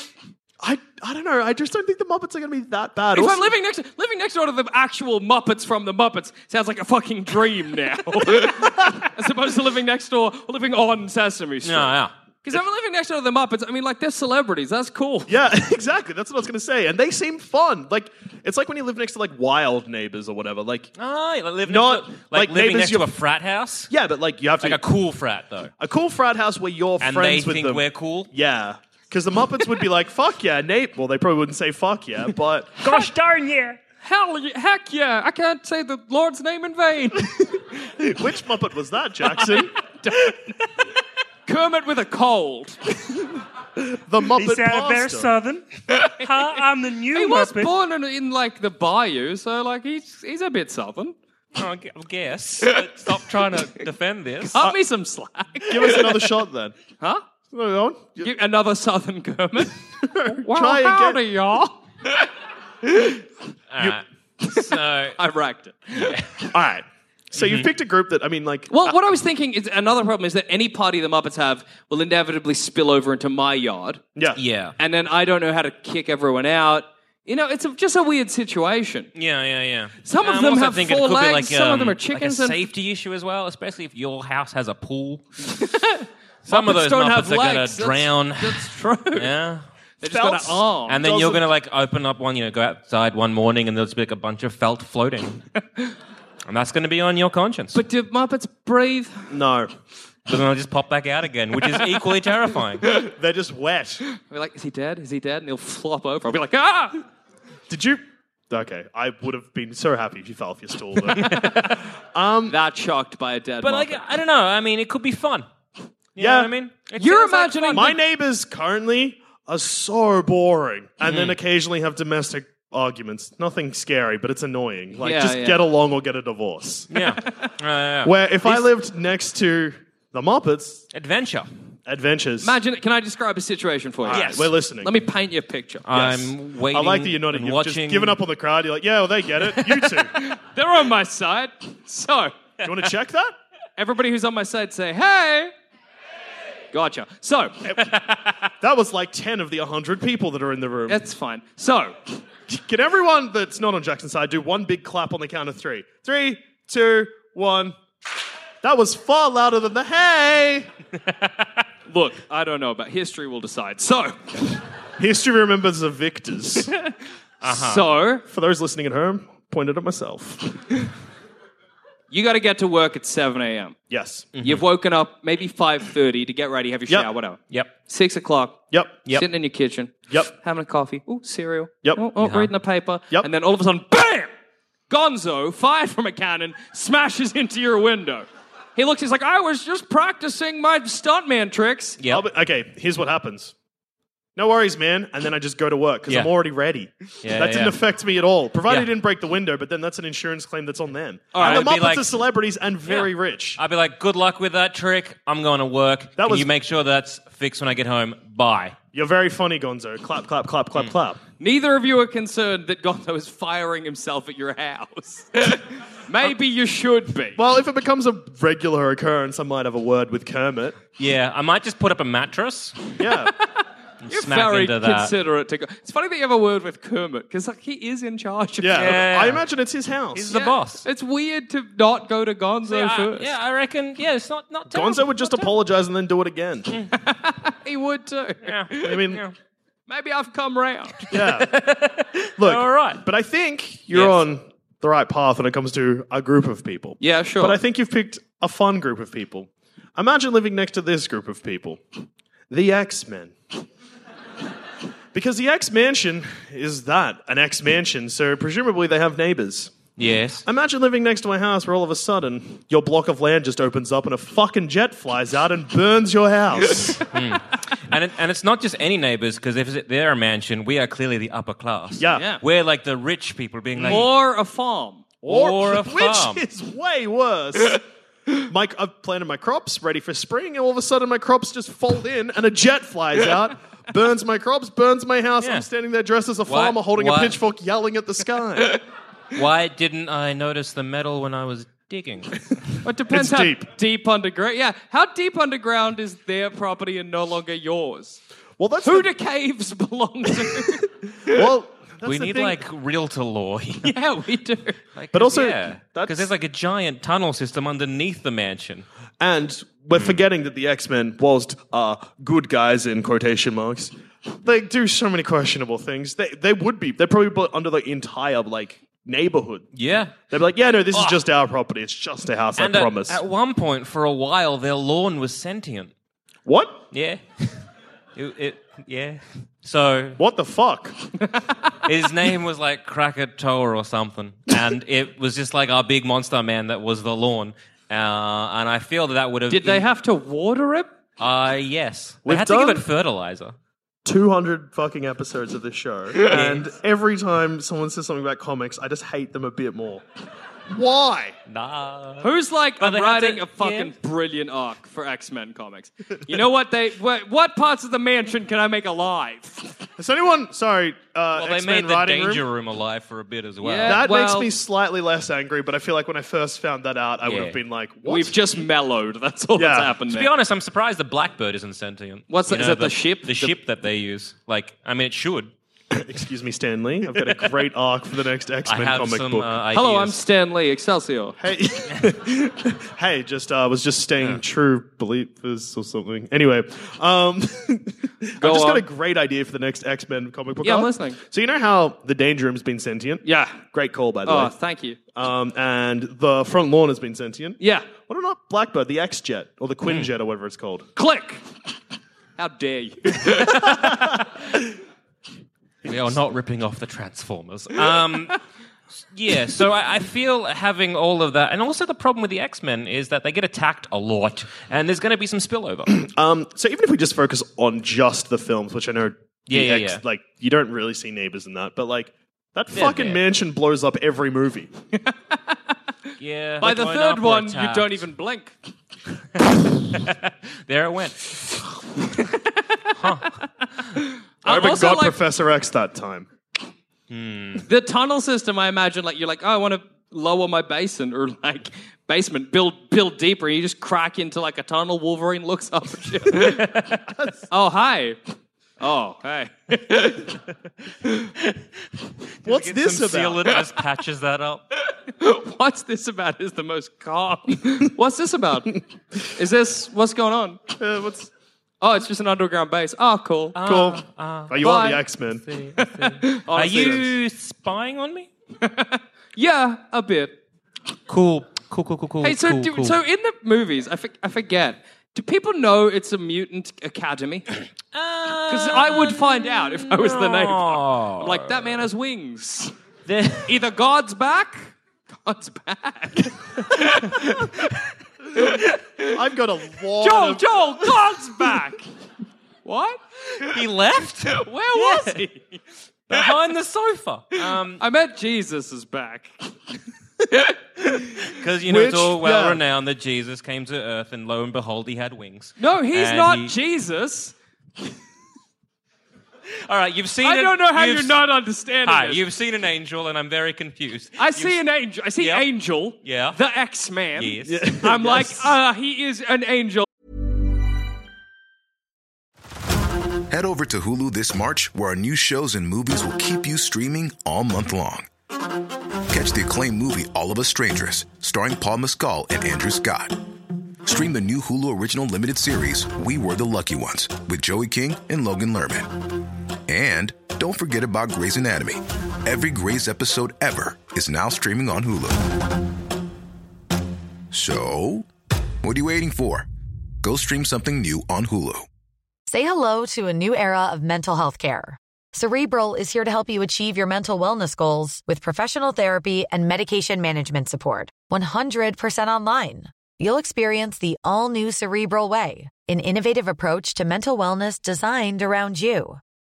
B: I, I don't know. I just don't think the Muppets are going to be that bad.
C: If
B: Also-
C: I'm living next living next door to the actual Muppets from the Muppets sounds like a fucking dream now, as opposed to living next door or living on Sesame Street.
A: No, no.
C: Because if I'm living next door to the Muppets, I mean, like they're celebrities. That's cool.
B: Yeah, exactly. That's what I was gonna say. And they seem fun. Like it's like when you live next to like wild neighbors or whatever. Like
A: No, like Ah, living
B: Not-
A: next to, like,
B: like
A: living
B: neighbors
A: next
B: you're-
A: to a frat house.
B: yeah, but like you have to
A: Like a cool frat though.
B: a cool frat house where you're
A: And
B: friends
A: they
B: with
A: think
B: them.
A: we're cool.
B: Yeah, because Because the Muppets would be like, fuck yeah, Nate. Well, they probably wouldn't say fuck yeah, but
D: Gosh darn you!
C: Hell, y- heck yeah! I can't say the Lord's name in vain.
B: which Muppet was that, Jackson?
C: Kermit with a cold.
B: The
D: He
B: Muppet
D: sounded very
B: Pasta.
D: southern. huh? I'm the new
C: He was
D: Muppet.
C: born in, in like the bayou, so like he's he's a bit southern.
A: I gu- I guess. But stop trying to defend this.
C: Cut me some slack,
B: Uh, Give us another shot then.
C: huh?
B: Go on.
C: You- another southern Kermit. wow,
B: Try again.
C: howdy, y'all.
A: Alright. So
C: I racked it.
B: All right. So
A: Mm-hmm.
B: you've picked a group that I mean, like, uh,
C: Well, what I was thinking is another problem is that any party the Muppets have will inevitably spill over into my yard,
B: yeah,
A: yeah.
C: and then I don't know how to kick everyone out. You know, it's a, just a weird situation.
A: Yeah, yeah, yeah.
C: Some of
A: I'm
C: them
A: also
C: have
A: thinking
C: four
A: it could
C: legs,
A: Be like,
C: some of
A: um,
C: them are
A: like a
C: chickens and-
A: safety issue as well, especially if your house has a pool. some of
C: Muppets
A: those
C: don't
A: Muppets
C: have
A: are going to
C: legs. That's-
A: drown.
C: That's true.
A: yeah.
C: They just got an
B: Phelps.
C: arm.
A: And then you're
B: doesn't-
A: going to like open up one, you know, go outside one morning and there'll just be like a bunch of felt floating. and that's going to be on your conscience. But
C: but do Muppets breathe?
B: no,
A: then they'll just pop back out again, which is equally terrifying.
B: they're just wet.
C: I'll be like, is he dead? Is he dead? And he'll flop over. I'll be like, ah!
B: Did you? Okay, I would have been so happy if you fell off your stool. But
C: That shocked by a dead
A: But
C: Muppet.
A: like, I don't know. I mean, it could be fun. You
B: Yeah.
A: know what I mean? It
C: You're
A: sounds like
C: imagining
A: fun.
B: my neighbors currently are so boring, and
C: Mm-hmm.
B: then occasionally have domestic arguments. Nothing scary, but it's annoying. Like,
C: Yeah,
B: just
C: yeah.
B: get along or get a divorce.
A: yeah. Yeah, yeah, yeah.
B: Where if I lived next to the Muppets,
A: Adventure.
B: adventures.
C: Imagine, can I describe a situation for you?
B: All right, We're listening.
C: Let me paint you a picture.
A: I'm waiting.
B: I like that you're nodding.
A: and
B: You've
A: watching.
B: just given up on the crowd. You're like, yeah, well, they get it. You two. Do you
C: They're on my side. So,
B: want to check that?
C: everybody who's on my side say, hey! Gotcha. So,
B: That was like 10 of the 100 people that are in the room.
C: that's fine. So,
B: Can everyone that's not on Jackson's side do one big clap on the count of three? Three, two, one. That was far louder than the hey.
C: look, I don't know about history will decide. So,
B: History remembers the victors. Uh-huh.
C: so,
B: For those listening at home, pointed at myself.
C: you got to get to work at 7 a.m.
B: Yes.
A: Mm.
C: You've woken up maybe 5.30 to get ready, have your
B: Yep.
C: shower, whatever.
A: Yep.
C: 6 o'clock,
B: Yep.
C: sitting in your kitchen,
B: Yep.
C: having a coffee, ooh, cereal,
B: Yep.
C: oh, oh, reading the paper,
B: Yep.
C: and then all of a sudden, bam! Gonzo, fired from a cannon, smashes into your window. He looks, he's like, I was just practicing my stuntman tricks.
A: Yep.
B: I'll be- okay, here's what happens. No worries, man. And then I just go to work because
A: Yeah.
B: I'm already ready.
A: Yeah,
B: that didn't
A: yeah.
B: affect me at all. Provided
A: Yeah.
B: I didn't break the window, but then that's an insurance claim that's on them.
A: right.
B: and
A: I'd
B: the
A: be
B: Muppets
A: like-
B: are celebrities and very rich.
A: I'd be like, good luck with that trick. I'm going to work. That
B: was-
A: you make sure that's fixed when I get home. Bye.
B: You're very funny, Gonzo. Clap, clap, clap,
A: Mm.
B: clap, clap.
C: Neither of you are concerned that Gonzo is firing himself at your house. Maybe you should be.
B: Well, if it becomes a regular occurrence, I might have a word with Kermit.
A: Yeah, I might just put up a mattress.
B: Yeah.
A: And
C: You're
A: smack
C: very
A: into that.
C: considerate to go. It's funny that you have a word with Kermit because like, he is in charge. Of
B: Yeah.
A: Yeah.
B: I imagine it's his house.
A: He's the boss.
C: It's weird to not go to Gonzo
A: yeah,
C: first.
A: yeah, I reckon. Yeah, it's not not. terrible,
B: Gonzo would just
A: not terrible.
B: apologize and then do it again.
C: He would too.
A: Yeah.
B: I mean,
A: Yeah.
C: Maybe I've come round.
B: look.
A: All right.
B: But I think you're
A: Yes.
B: on the right path when it comes to a group of people.
C: Yeah, sure.
B: But I think you've picked a fun group of people. Imagine living next to this group of people the X Men. Because the X Mansion is that, an X Mansion, so presumably they have neighbors.
A: Yes.
B: Imagine living next to my house where all of a sudden your block of land just opens up and a fucking jet flies out and burns your house.
A: And it, and it's not just any neighbors because if they're a mansion, we are clearly the upper class.
B: Yeah.
C: Yeah.
A: We're like the rich people being like,
C: or a farm.
A: or, a farm.
B: Which is way worse. Mike, I've planted my crops ready for spring, and all of a sudden my crops just fold in and a jet flies out, burns my crops, burns my house.
A: Yeah.
B: I'm standing there dressed as a farmer holding
A: Why-
B: a pitchfork yelling at the sky.
A: Why didn't I notice the metal when I was digging?
C: It
B: It's
C: depends how
B: deep.
C: underground. Yeah, how deep underground is their property and no longer yours?
B: well, that's
C: Who
B: the,
C: do caves belong to?
B: well, that's
A: we
B: the
A: need
B: thing.
A: like realtor law. you know?
C: yeah, we do.
A: Like,
B: But also, that's-
A: because there's like a giant tunnel system underneath the mansion.
B: And we're forgetting that the X Men, whilst are good guys in quotation marks, they do so many questionable things. They they would be. They're probably bu- under the entire like neighborhood.
A: Yeah. Ah.
B: They'd be like, yeah, no, this is just our property. It's just a house.
A: And uh,
B: I
A: at-
B: promise.
A: At, one point, for a while, their lawn was sentient.
B: what?
A: Yeah. it, it, Yeah. So
B: What the fuck?
A: his name was like Krakatoa or something, and it was just like our big monster man that was the lawn. Uh, and I feel that that would have.
C: Did they have to water it?
A: Uh, yes, we
B: We've
A: had to give
B: done-
A: it fertilizer.
B: 200 fucking episodes of this show. And every time someone says something about comics, I just hate them a bit more. Why?
A: Nah.
C: Who's like, I'm
A: they had to-
C: writing a fucking
A: yeah.
C: brilliant arc for X Men comics. You know what they? What, what parts of the mansion can I make alive?
B: Has anyone. Sorry, uh,
A: Well, they
B: X-Men
A: made the
B: writing
A: danger
B: room.
A: room. alive for a bit as well.
C: Yeah.
B: That makes
C: Well-
B: me slightly less angry, but I feel like when I first found that out, I would
A: Yeah.
B: have been like, what?
C: We've just mellowed. That's all that's
B: Yeah.
C: happened.
A: To
C: there.
A: be honest, I'm surprised the Blackbird isn't sentient.
C: What's
A: You
C: that- is
A: know,
C: that the ship?
A: The,
C: The-
A: ship that they use. Like, I mean, it should.
B: Excuse me, Stanley. I've got a great arc for the next
A: I
B: X-Men
A: have
B: comic
A: some
B: book.
A: uh, ideas.
C: Hello, I'm Stan Lee, Excelsior.
B: Hey, hey, just uh, was just staying true believers or something. Anyway, um, I've
C: Go
B: just got
C: on.
B: a great idea for the next X Men comic book.
C: Yeah, I'm
B: arc.
C: listening.
B: So you know how the Danger Room's been sentient?
C: Yeah.
B: great call by the
C: Oh,
B: way.
C: thank you.
B: Um, and the front lawn has been sentient.
C: Yeah. Hmm.
B: What about Blackbird, the X Jet, or the Quinjet, or whatever it's called?
C: Click. How dare you?
A: We are not ripping off the Transformers. Um, yeah, so I, I feel having all of that, and also the problem with the X Men is that they get attacked a lot, and there's going to be some spillover.
B: Um, so even if we just focus on just the films, which I know, the
A: Yeah, yeah,
B: X-
A: yeah.
B: like you don't really see neighbors in that, but like that
A: Yeah,
B: fucking
A: yeah.
B: mansion blows up every movie.
A: yeah,
C: By the third one, you don't even blink.
A: There it went.
B: I haven't
C: also
B: got
C: like-
B: Professor X that time.
C: The tunnel system, I imagine, like you're like, oh, I want to lower my basin or like basement, build build deeper, and you just crack into like a tunnel. Wolverine looks up. and shit. oh hi. Oh hey.
B: What's
A: Get
B: this
A: some
B: about?
A: Sealant just patches that up.
C: What's this about? Is the most calm. What's this about? Is this what's going on?
B: Uh, what's
C: Oh, it's just an underground base. Oh, cool.
A: Uh,
B: cool? Are you on the
C: bye.
B: X Men?
A: Are you spying on me?
C: Yeah, a bit.
A: Cool, cool, cool, cool, cool.
C: Hey, so
A: cool,
C: do,
A: cool.
C: so in the movies, I, for, I forget. Do people know it's a mutant academy? Because I would find out if I was the neighbor. I'm like that man has wings.
A: There-
C: Either God's back, God's back.
B: I've got a lot.
C: Joel,
B: of-
C: Joel, God's back. What?
A: he left
C: Where was
A: Yeah.
C: he?
A: behind the sofa. Um,
C: I met Jesus is back.
A: Because you know
B: Which-
A: it's all well
B: yeah.
A: renowned that Jesus came to earth, and lo and behold, he had wings.
C: No, he's
A: And
C: not
A: he-
C: Jesus.
A: all right, you've seen.
C: I
A: an-
C: don't know how
A: you've
C: you're
A: s-
C: not understanding
A: Hi,
C: this.
A: you've seen an angel, and I'm very confused.
C: I
A: You've
C: see an angel. I see
A: Yeah.
C: Angel.
A: Yeah.
C: The X Man.
A: Yes.
C: I'm like, uh, he is an angel.
E: Head over to Hulu this March, where our new shows and movies will keep you streaming all month long. Catch the acclaimed movie All of Us Strangers, starring Paul Mescal and Andrew Scott. Stream the new Hulu original limited series We Were the Lucky Ones with Joey King and Logan Lerman. And don't forget about Grey's Anatomy. Every Grey's episode ever is now streaming on Hulu. So, what are you waiting for? Go stream something new on Hulu.
F: Say hello to a new era of mental health care. Cerebral is here to help you achieve your mental wellness goals with professional therapy and medication management support. 100% online. You'll experience the all new Cerebral Way, an innovative approach to mental wellness designed around you.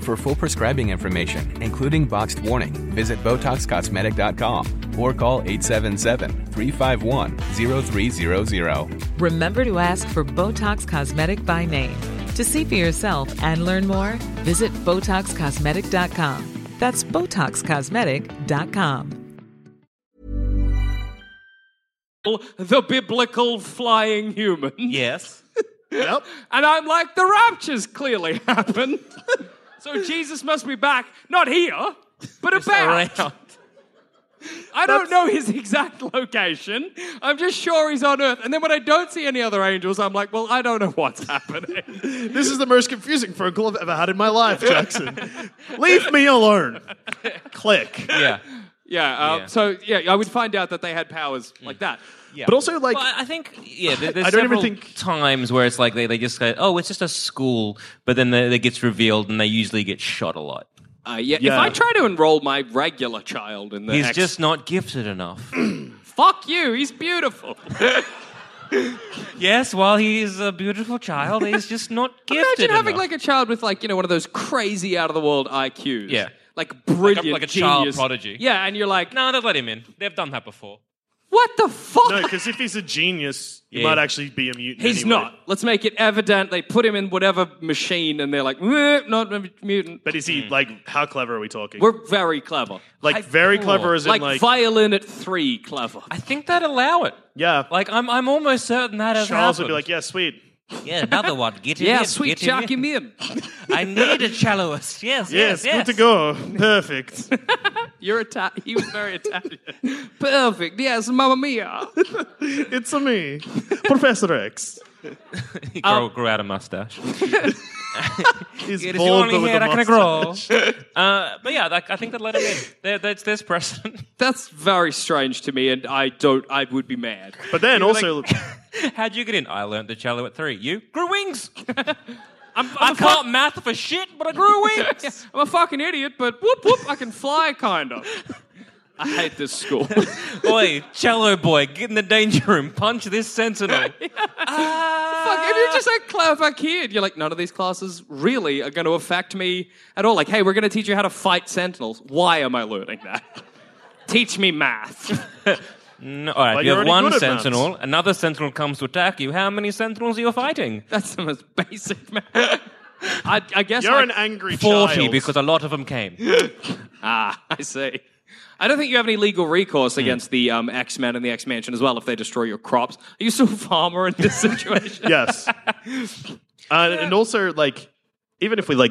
G: For full prescribing information, including boxed warning, visit BotoxCosmetic.com or call 877-351-0300.
H: Remember to ask for Botox Cosmetic by name. To see for yourself and learn more, visit BotoxCosmetic.com. That's BotoxCosmetic.com.
C: the biblical flying human.
A: Yes.
B: Yep.
C: And I'm like, the rapture's clearly happened. so Jesus must be back, not here, but about.
A: Around.
C: I don't know his exact location. I'm just sure he's on earth. And then when I don't see any other angels, I'm like, well, I don't know what's happening.
B: This is the most confusing phone call I've ever had in my life, Jackson. Leave me alone. Click.
A: Yeah.
C: yeah, um,
A: Yeah.
C: So, yeah, I would find out that they had powers like that.
A: Yeah.
B: But also, like,
A: Well, I I think yeah. There, there's
B: I don't even
A: several
B: think-
A: times where it's like they, they just go, oh, it's just a school, but then they- they gets revealed and they usually get shot a lot.
C: Uh, yeah, If
B: Yeah.
C: I try to enroll my regular child in the
A: He's
C: X-
A: just not gifted enough.
C: fuck you, he's beautiful.
A: yes, while he is a beautiful child, he's just not gifted
C: Imagine having
A: enough.
C: like a child with like you know one of those crazy out of the world IQs.
A: Yeah.
C: like brilliant,
A: like a child
C: genius.
A: prodigy.
C: Yeah, and you're like,
A: no, they've let him in. They've done that before.
C: what the fuck?
B: no, because if he's a genius, he
A: Yeah.
B: might actually be a mutant.
C: He's
B: anyway.
C: not. Let's make it evident. They put him in whatever machine, and they're like, "Meh, not a mutant.
B: But is he, like, how clever are we talking?
C: We're very clever.
B: like,
A: Hmm. I-
B: very
A: oh,
B: clever as in,
C: Like,
B: like,
C: violin at three, clever.
A: I think they'd allow it.
B: yeah.
A: Like I'm, I'm almost certain that has
B: Charles would
A: happened.
B: be like, yeah, sweet.
A: like, yeah, another one. Get him
C: yeah,
A: in,
C: sweet
A: get him
C: Jack him in.
A: in. I need a celloist. Yes,
B: Yes,
A: yes, yes.
B: good to go. Perfect.
C: You're Italian. He was very Italian. Perfect. Yes, Mamma Mia.
B: it's a me, Professor X.
A: He grow, grew out a mustache.
B: He's
A: It is your
B: bald
A: only
B: but with
A: hair
B: a
A: I can grow.
B: mustache.
A: Uh, but yeah, like, I think they'd let him in. There, there's, there's precedent.
C: That's very strange to me, and I don't. I would be mad.
B: But then also,
A: How'd you get in? I learned the cello at three. You grew wings.
C: I'm, I'm
A: I
C: a fuck-
A: can't math for shit, but I grew wings.
C: Yeah, I'm a fucking idiot, but whoop whoop, I can fly, kind of. I hate this school.
A: Oi, cello boy, get in the danger room. Punch this sentinel.
C: Fuck, if you're just a clever kid, you're like, none of these classes really are going to affect me at all. Like, hey, we're going to teach you how to fight sentinels. Why am I learning that? Teach me math.
A: No, all right,
B: Well,
A: you
B: you're
A: have
B: already
A: one
B: good at maths.
A: sentinel. Another sentinel comes to attack you. How many sentinels are you fighting?
C: That's the most basic math. I, I guess
B: you're
C: like-
B: an angry
A: 40,
B: child.
A: because a lot of them came.
C: Ah, I see. I don't think you have any legal recourse against the um, X Men and the X Mansion as well if they destroy your crops. Are you still a farmer in this situation?
B: yes. Uh, And also, like, even if we like,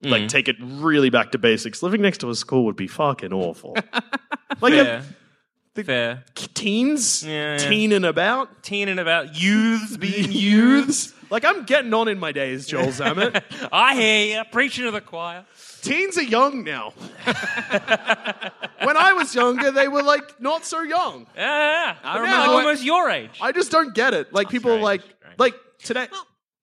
B: like,
A: Mm.
B: take it really back to basics, living next to a school would be fucking awful. like,
A: Fair.
B: uh,
A: Fair.
B: teens,
A: Yeah, yeah.
B: teen and about
A: Teen and about youths being
B: youths. Like, I'm getting on in my days, Joel Zammit.
A: I hear you. Preaching to the choir.
B: Teens are young now. when I was younger, they were like not so young.
A: Yeah, I
C: remember
A: like
C: what-
A: almost your age.
B: I just don't get it. Like, people
A: strange,
B: like,
A: strange.
B: like today.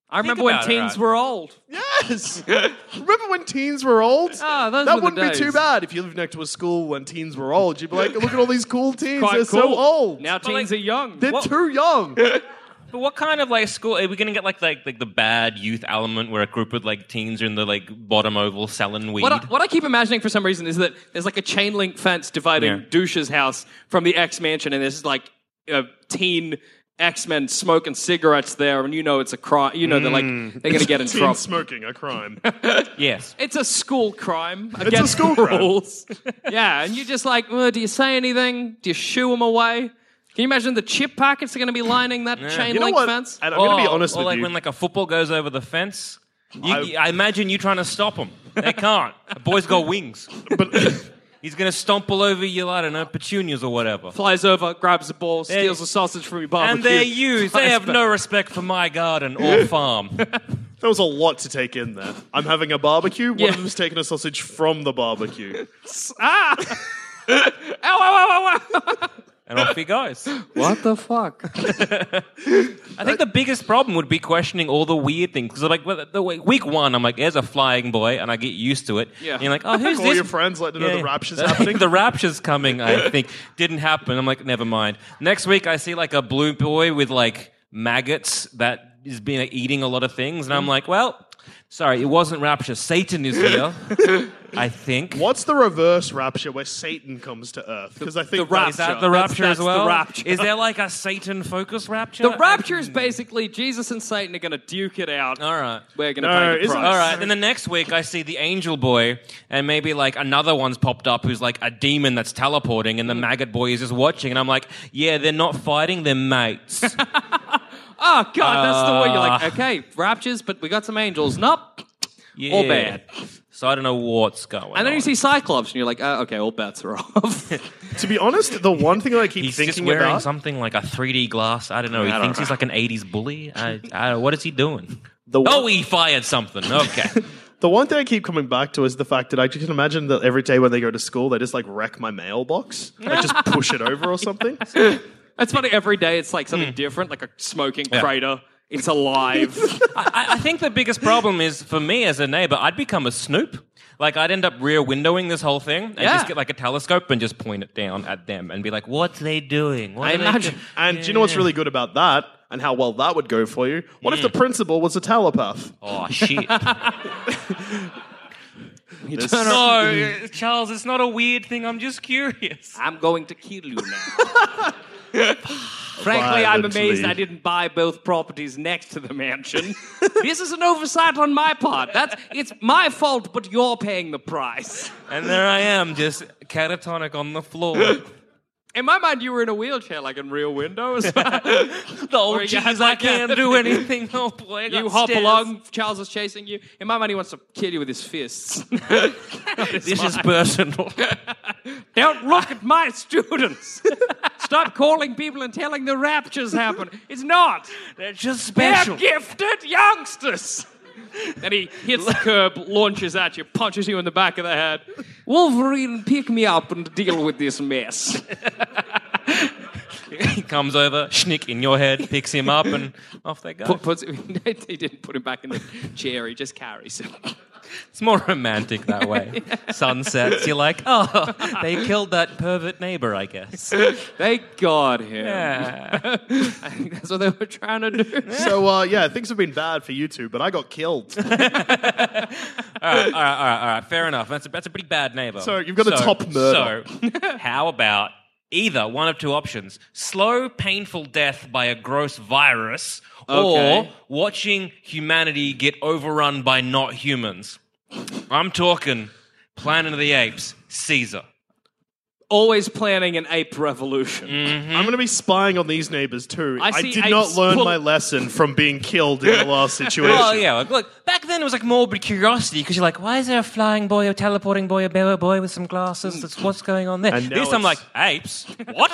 C: I remember when
A: about it,
C: teens
A: right?
C: were old.
B: Yes. Remember when teens were old?
C: Ah, those
B: that
C: were the
B: wouldn't
C: days.
B: be too bad if you lived next to a school when teens were old. You'd be like, look at all these cool teens.
C: Quite
B: They're so
C: cool.
B: old.
C: Now
A: But,
C: teens
A: like,
C: are young.
B: They're too young.
A: But what kind of like school are we going to get? Like like like the bad youth element where a group of like teens are in the like bottom oval selling weed.
C: What I, what I keep imagining for some reason is that there's like a chain link fence dividing
A: Yeah.
C: Douche's house from the X Mansion, and there's like a teen X Men smoking cigarettes there, and you know it's a crime. You know they're like they're gonna get in trouble.
B: smoking, a crime.
A: yes.
C: it's a school crime against
B: school
C: the
B: crime.
C: rules. yeah, and you're just like, well, do you say anything? Do you shoo them away? Can you imagine the chip packets are going to be lining that chain
B: You know
C: link
B: what?
C: fence?
B: And I'm going to be
A: Or-
B: honest
A: or
B: with
A: like
B: you.
A: when like a football goes over the fence. You,
B: I-
A: I, imagine you trying to stop him. They can't. The boy's got wings.
B: but
A: He's going to stomp all over you, I don't know, petunias or whatever.
C: Flies over, grabs a ball, steals
A: Hey.
C: a sausage from your barbecue.
A: And they're used. They
C: flies
A: have
C: back.
A: no respect for my garden or farm.
B: there was a lot to take in there. I'm having a barbecue. One
C: Yeah.
B: of them's taking a sausage from the barbecue.
C: Ow, ow, ow, ow, ow.
A: And off he goes.
C: What the fuck?
A: I think the biggest problem would be questioning all the weird things. Because like well, the week week one, I'm like, "There's a flying boy," and I get used to it.
C: Yeah.
A: And you're like, "Oh, who's
B: Call
A: this?"
B: your friends, let them know the rapture's
A: I think
B: happening.
A: the rapture's coming. I think didn't happen. I'm like, never mind. Next week, I see like a blue boy with like maggots that is being eating a lot of things, and I'm like, well. Sorry, it wasn't rapture. Satan is here, I think.
B: What's the reverse rapture where Satan comes to Earth? Because I think
C: the
B: that's-
A: Is that the
C: That's-
A: rapture
C: that's
A: as
C: the
A: well?
C: rapture.
A: Is there like a Satan focus rapture?
C: The rapture is basically Jesus and Satan are going to duke it out.
A: All right.
C: We're going to
B: No,
C: pay the
B: isn't-
C: price.
A: All right. Then the next week, I see the angel boy, and maybe like another one's popped up who's like a demon that's teleporting,
C: Mm.
A: and the maggot boy is just watching. And I'm like, yeah, they're not fighting, they're mates.
C: Oh god, that's the way you're
B: Ah.
C: like, okay, raptures, but we got some angels. Nope.
A: yeah.
C: All bad.
A: So I don't know what's going on.
C: And then you see Cyclops, and you're like, uh, okay, all bets are off.
B: To be honest, the one thing that I keep
A: He's just
B: thinking
A: wearing
B: about.
A: something like a 3D glass. I don't know. He
C: I don't
A: thinks
C: know.
A: he's like an 80s bully. I, I don't, what is he doing?
B: The one-
A: oh, he fired something. Okay.
B: The one thing I keep coming back to is the fact that I can imagine that every day when they go to school, they just like wreck my mailbox. I just push it over or something.
C: That's funny. Every day, it's like something different, like a smoking crater. It's alive.
A: I, I think the biggest problem is for me as a neighbor, I'd become a snoop. Like I'd end up rear windowing this whole thing and
C: Yeah.
A: just get like a telescope and just point it down at them and be like, "What's they doing?" What
C: I
A: are they
C: imagine-
A: do-"
B: And do you know what's really good about that and how well that would go for you? What if the principal was a telepath?
A: Mm. Oh shit!
C: You turn around,
A: no, uh, Charles, it's not a weird thing. I'm just curious.
C: I'm going to kill you now. Frankly, I'm amazed
B: Violently.
C: I didn't buy both properties next to the mansion. this is an oversight on my part. That's it's my fault, but you're paying the price.
A: And there I am, just catatonic on the floor. the
C: In my mind, you were in a wheelchair, like in Real Window as well.
A: old
C: Where you had
A: jeez, I
C: like
A: can't
C: a-
A: do anything. Oh boy, I got
C: You hop
A: stairs.
C: along, Charles is chasing you. In my mind, he wants to kill you with his fists.
A: This is personal.
C: Don't look at my students. Stop calling people and telling the raptures happen. It's not.
A: They're just
C: They're
A: special.
C: gifted youngsters. And he hits the curb, launches at you, punches you in the back of the head. Wolverine, pick me up and deal with this mess.
A: he comes over, schnick in your head, picks him up, and off they go.
C: Put- puts- he didn't put him back in the chair, he just carries him.
A: It's more romantic that way. Sunsets, you're like, oh, they killed that pervert neighbor, I guess.
C: They got him.
A: Yeah.
C: I think that's what they were trying to do.
B: So, uh, yeah, things have been bad for you two, but I got killed.
A: Mm-hmm. All right, all right, all right, fair enough. That's a, that's a pretty bad neighbor.
B: So you've got a top murder.
A: So, how about either one of two options slow, painful death by a gross virus,
C: Okay.
A: or watching humanity get overrun by not humans? I'm talking Planet of the Apes, Caesar.
C: Always planning an ape revolution.
B: I'm going to be spying on these neighbors too.
C: I
B: I,
C: see
B: did
C: apes
B: not learn
C: pull-
B: my lesson from being killed in the last situation.
A: Oh yeah, look, look. Back then it was like morbid curiosity because you're like, why is there a flying boy, a teleporting boy, a bear boy with some glasses? That's what's going on there.
B: And now
A: This time, like
B: it's-
A: apes. What?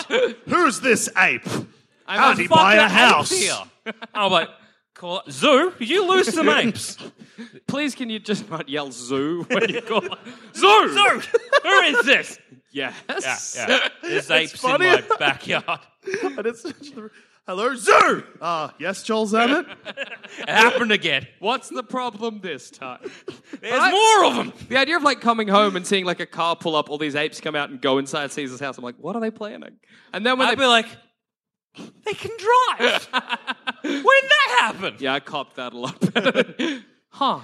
B: Who's this ape? How'd he
A: Fuck
B: buy
A: the
B: a
A: apes
B: house?
A: here. I'm like, call zoo. You lose some apes.
C: Please, can you just not yell zoo when you call
A: zoo, zoo. Who is this?
C: Yes.
A: Yeah, yeah. There's apes
B: funny.
A: in my backyard.
B: And it's hello, zoo. Ah, yes, Joel Zammit.
A: It happened again.
C: What's the problem this time?
A: There's more of them.
C: The idea of like coming home and seeing like a car pull up, all these apes come out and go inside Caesar's house. I'm like, what are they planning? And then when
A: I'd
C: they
A: be like, they can drive. when did that happen?
C: yeah, I copped that a lot. better. huh?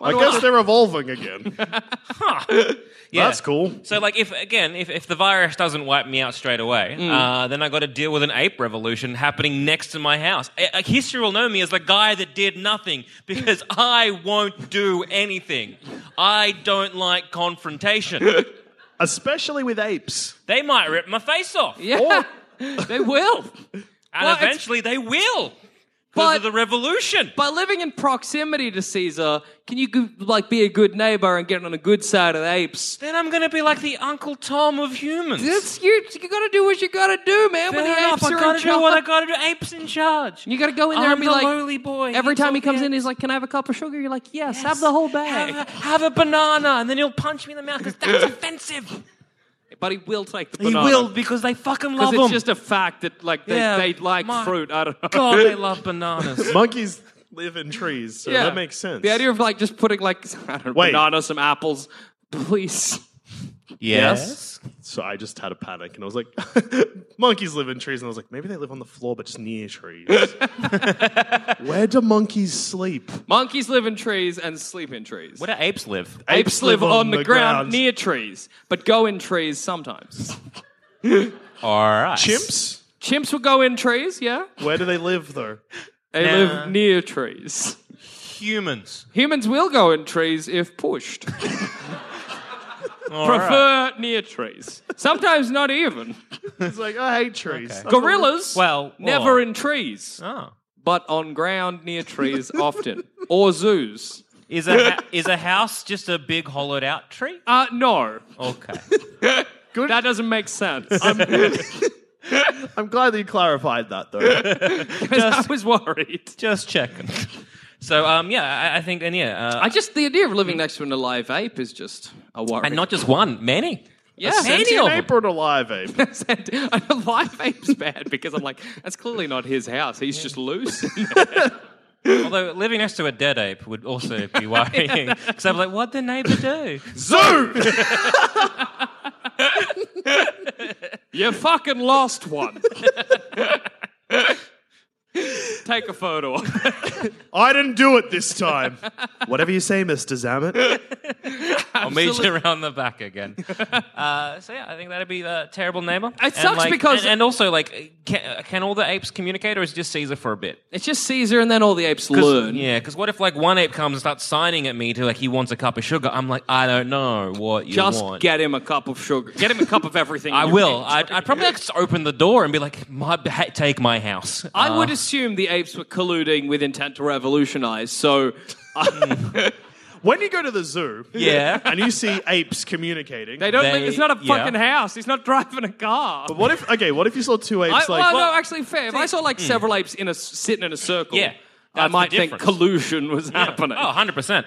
B: I guess they're evolving again.
A: Yeah.
B: That's cool.
A: So, like, if again, if, if the virus doesn't wipe me out straight away,
C: Mm.
A: uh, then I got to deal with an ape revolution happening next to my house. A, a history will know me as the guy that did nothing because I won't do anything. I don't like confrontation.
B: Especially with apes.
A: they might rip my face off,
C: Yeah, they will.
A: and
C: Well, it's-
A: eventually they will because
C: But-
A: of the revolution.
C: By living in proximity to Caesar, can you go- like be a good neighbor and get on the good side of the apes?
A: then I'm going to be like the Uncle Tom of humans.
C: It's you. You gotta do what you gotta do, man.
A: Fair
C: when the
A: enough,
C: apes
A: I
C: are
A: gotta
C: in
A: do what I
C: charge.
A: gotta do. Apes in charge.
C: You gotta go in there
A: I'm
C: and be
A: the
C: like,
A: lowly boy.
C: every
A: He's
C: time he
A: all
C: comes
A: the-
C: in, he's like, "Can I have a cup of sugar?" You're like, "Yes, have the whole bag."
A: Have a, have a banana, and then he'll punch me in the mouth because that's offensive.
C: But he will take the
A: He
C: banana.
A: will because they fucking love
C: Because
A: them.
C: it's just a fact that like they,
A: Yeah,
C: they like
A: my-
C: fruit. I don't know.
A: God, they love bananas.
B: Monkeys live in trees, so that makes sense.
C: The idea of like just putting like I don't know,
B: Wait.
C: banana, some apples, please.
A: Yes.
B: So I just had a panic and I was like, monkeys live in trees. And I was like, maybe they live on the floor, but just near trees. Where do monkeys sleep?
C: Monkeys live in trees and sleep in trees.
A: Where do apes live?
C: Apes live on, the, ground, near trees, but go in trees sometimes.
A: All right.
B: Chimps?
C: Chimps will go in trees, yeah?
B: Where do they live though?
C: They live near trees.
A: Humans.
C: Humans will go in trees if pushed.
A: All right.
C: Prefer near trees. Sometimes not even.
B: It's like, I hate trees.
C: Gorillas
A: Well,
C: never
A: or-
C: in trees,
A: Oh.
C: but on ground near trees often. Or zoos.
A: Is a ha- is a house just a big hollowed out tree?
C: Uh, no.
A: Okay.
C: That doesn't make sense.
B: I'm glad that you clarified that though.
C: I was worried.
A: just checking. So um yeah, I, I think and yeah, uh,
C: I just the idea of living next to an alive ape is just a worry.
A: and not just one, many.
C: yeah,
A: many of them.
B: Ape or an alive ape?
C: Sent- and a live ape's bad because I'm like, that's clearly not his house. He's just loose.
A: Although living next to a dead ape would also be worrying. Because I'm like, what'd the neighbor do?
B: Zoo!
C: you fucking lost one. Take a photo. of it.
B: I didn't do it this time. Whatever you say, Mr. Zammit.
A: I'll meet you around the back again. Uh, so yeah, I think that'd be a terrible neighbor. It
C: sucks because-
A: and, and also like, can, can all the apes communicate, or is it just Caesar for a bit?
C: It's just Caesar, and then all the apes learn.
A: Yeah, because what if like one ape comes and starts signing at me to like he wants a cup of sugar? I'm like, I don't know what you
C: Just
A: want.
C: get him a cup of sugar. Get him a cup of everything.
A: I
C: you
A: will.
C: need.
A: I'd, I'd probably like just open the door and be like, my, ha- take my house.
C: I would assume the apes were colluding with intent to revolutionize. So uh,
A: Hmm.
B: When you go to the zoo
A: Yeah.
B: and you see apes communicating,
C: they don't.
A: They-
C: live- it's not a
A: yeah.
C: fucking house. He's not driving a car.
B: what if, okay, what if you saw two apes
C: I,
B: like,
C: well, no, actually, fair. If I saw like several apes in a sitting in a circle,
A: Hmm. Yeah,
C: I
A: that's
C: might
A: the
C: think
A: difference.
C: collusion was happening.
A: Oh, 100%. But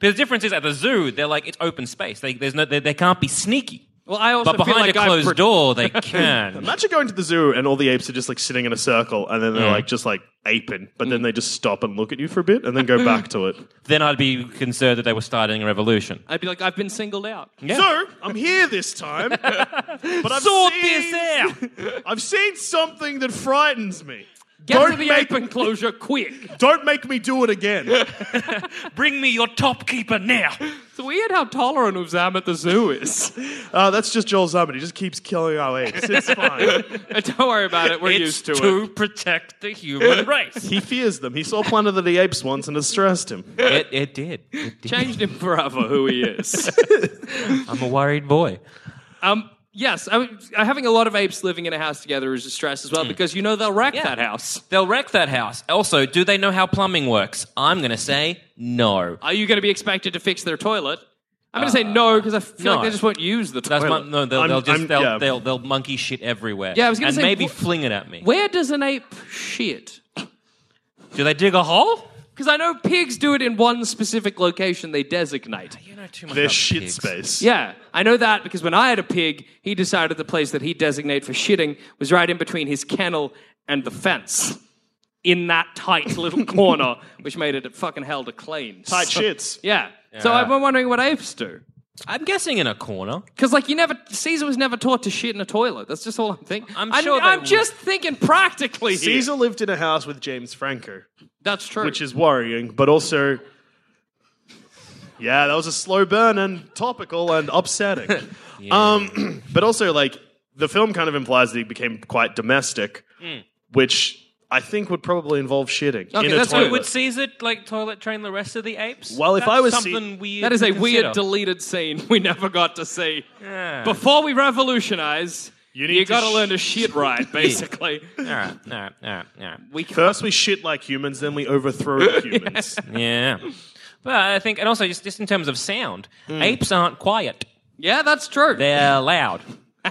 A: the difference is at the zoo, they're like, it's open space. They, there's no, they, they can't be sneaky.
C: Well, I also
A: But
C: feel
A: behind
C: like
A: a
C: I've
A: closed
C: pro-
A: door, they can.
B: Imagine going to the zoo and all the apes are just like sitting in a circle and then they're like just like aping, but then they just stop and look at you for a bit and then go back to it.
A: then I'd be concerned that they were starting a revolution.
C: I'd be like, I've been singled out.
B: So I'm here this time, but I've
A: Sort
B: seen,
A: this out!
B: I've seen something that frightens me.
C: Get
B: Don't
C: to the
B: make-
C: ape enclosure quick.
B: Don't make me do it again.
A: Bring me your top keeper now!
C: It's weird how tolerant of Zam at the zoo is.
B: Uh, that's just Joel Zammit. He just keeps killing our apes. It's fine.
C: Don't worry about it. We're
A: it's
C: used to, it.
A: protect the human race.
B: he fears them. He saw Planet of the Apes once and it stressed him.
A: it, it did. It did.
C: Changed him forever. Who he is.
A: I'm a worried boy.
C: um. Yes, I, mean, having a lot of apes living in a house together is a stress as well because you know they'll wreck
A: Hmm. Yeah.
C: that house.
A: They'll wreck that house. Also, do they know how plumbing works? I'm going to say no.
C: Are you going to be expected to fix their toilet? I'm going to say no because I feel
A: Uh, no.
C: like they just won't use the
A: That's
C: toilet.
A: my, no, they'll,
B: I'm-
A: they'll just
B: I'm-
A: they'll,
B: yeah.
A: they'll they'll monkey shit everywhere.
C: Yeah, I was gonna
A: and
C: say,
A: maybe
C: wh-
A: fling it at me.
C: Where does an ape shit?
A: Do they dig a hole?
C: Because I know pigs do it in one specific location they designate.
A: You know too much.
B: Their
A: about
B: shit
A: pigs.
B: space.
C: Yeah, I know that because when I had a pig, he decided the place that he designated for shitting was right in between his kennel and the fence. In that tight little corner, which made it fucking hell to clean.
B: Tight shits.
C: Yeah. So
A: Yeah.
C: I've been wondering what apes do.
A: I'm guessing in a corner.
C: Because like you never, Caesar was never taught to shit in a toilet. That's just all I'm thinking.
A: I'm sure they
C: I'm
A: would.
C: just thinking practically. here.
B: Caesar lived in a house with James Franco,
C: That's true.
B: which is worrying, but also. Yeah, that was a slow burn and topical and upsetting. um, but also, like, the film kind of implies that he became quite domestic, which I think would probably involve shitting.
C: Okay,
B: in a
C: that's
B: toilet.
C: good.
A: Would Caesar like toilet train the rest of the apes?
B: Well, if
A: That's
B: I was Ce-
A: something weird,
C: that is
A: to
C: a weird
A: consider.
C: deleted scene we never got to see. Before we revolutionize, you,
B: need to
C: got to
B: sh-
C: learn to shit right, basically.
A: all right, all right, all right, all right.
C: we can,
B: First, we shit like humans, then we overthrow the humans.
A: Yeah. But I think, and also just, just in terms of sound, apes aren't quiet.
C: yeah, that's true. They Hmm.
A: They're loud.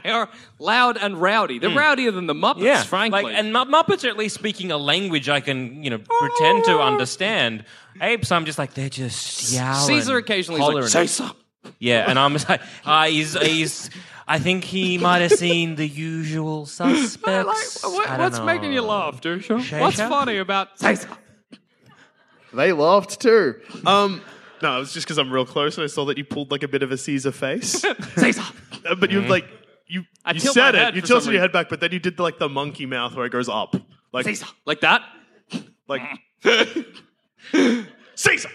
C: are loud and rowdy. They're rowdier than the Muppets, frankly.
A: Like, and Mu- Muppets are at least speaking a language I can, you know, pretend to understand. Apes, I'm just like, they're just yowling.
C: Caesar occasionally is like,
A: hollering.
C: say something.
A: Yeah, and I'm just like, ah, he's, he's, I think he might have seen the usual
C: Like,
A: suspects.
C: what-
A: I don't
C: what's
A: know.
C: making you laugh, Dusha? What's
A: Shasha?
C: funny about say something?
B: They laughed too. Um, no, it was just because I'm real close and I saw that you pulled like a bit of a Caesar face.
C: Say something.
B: Uh, But you like you
C: I
B: you
C: tilt
B: said
C: my
B: it.
C: head
B: You
C: for
B: tilted
C: some
B: your
C: reason.
B: head back, but then you did the, like the monkey mouth where it goes up, like
C: Caesar. Like that?
B: like
C: Mm.
B: Caesar.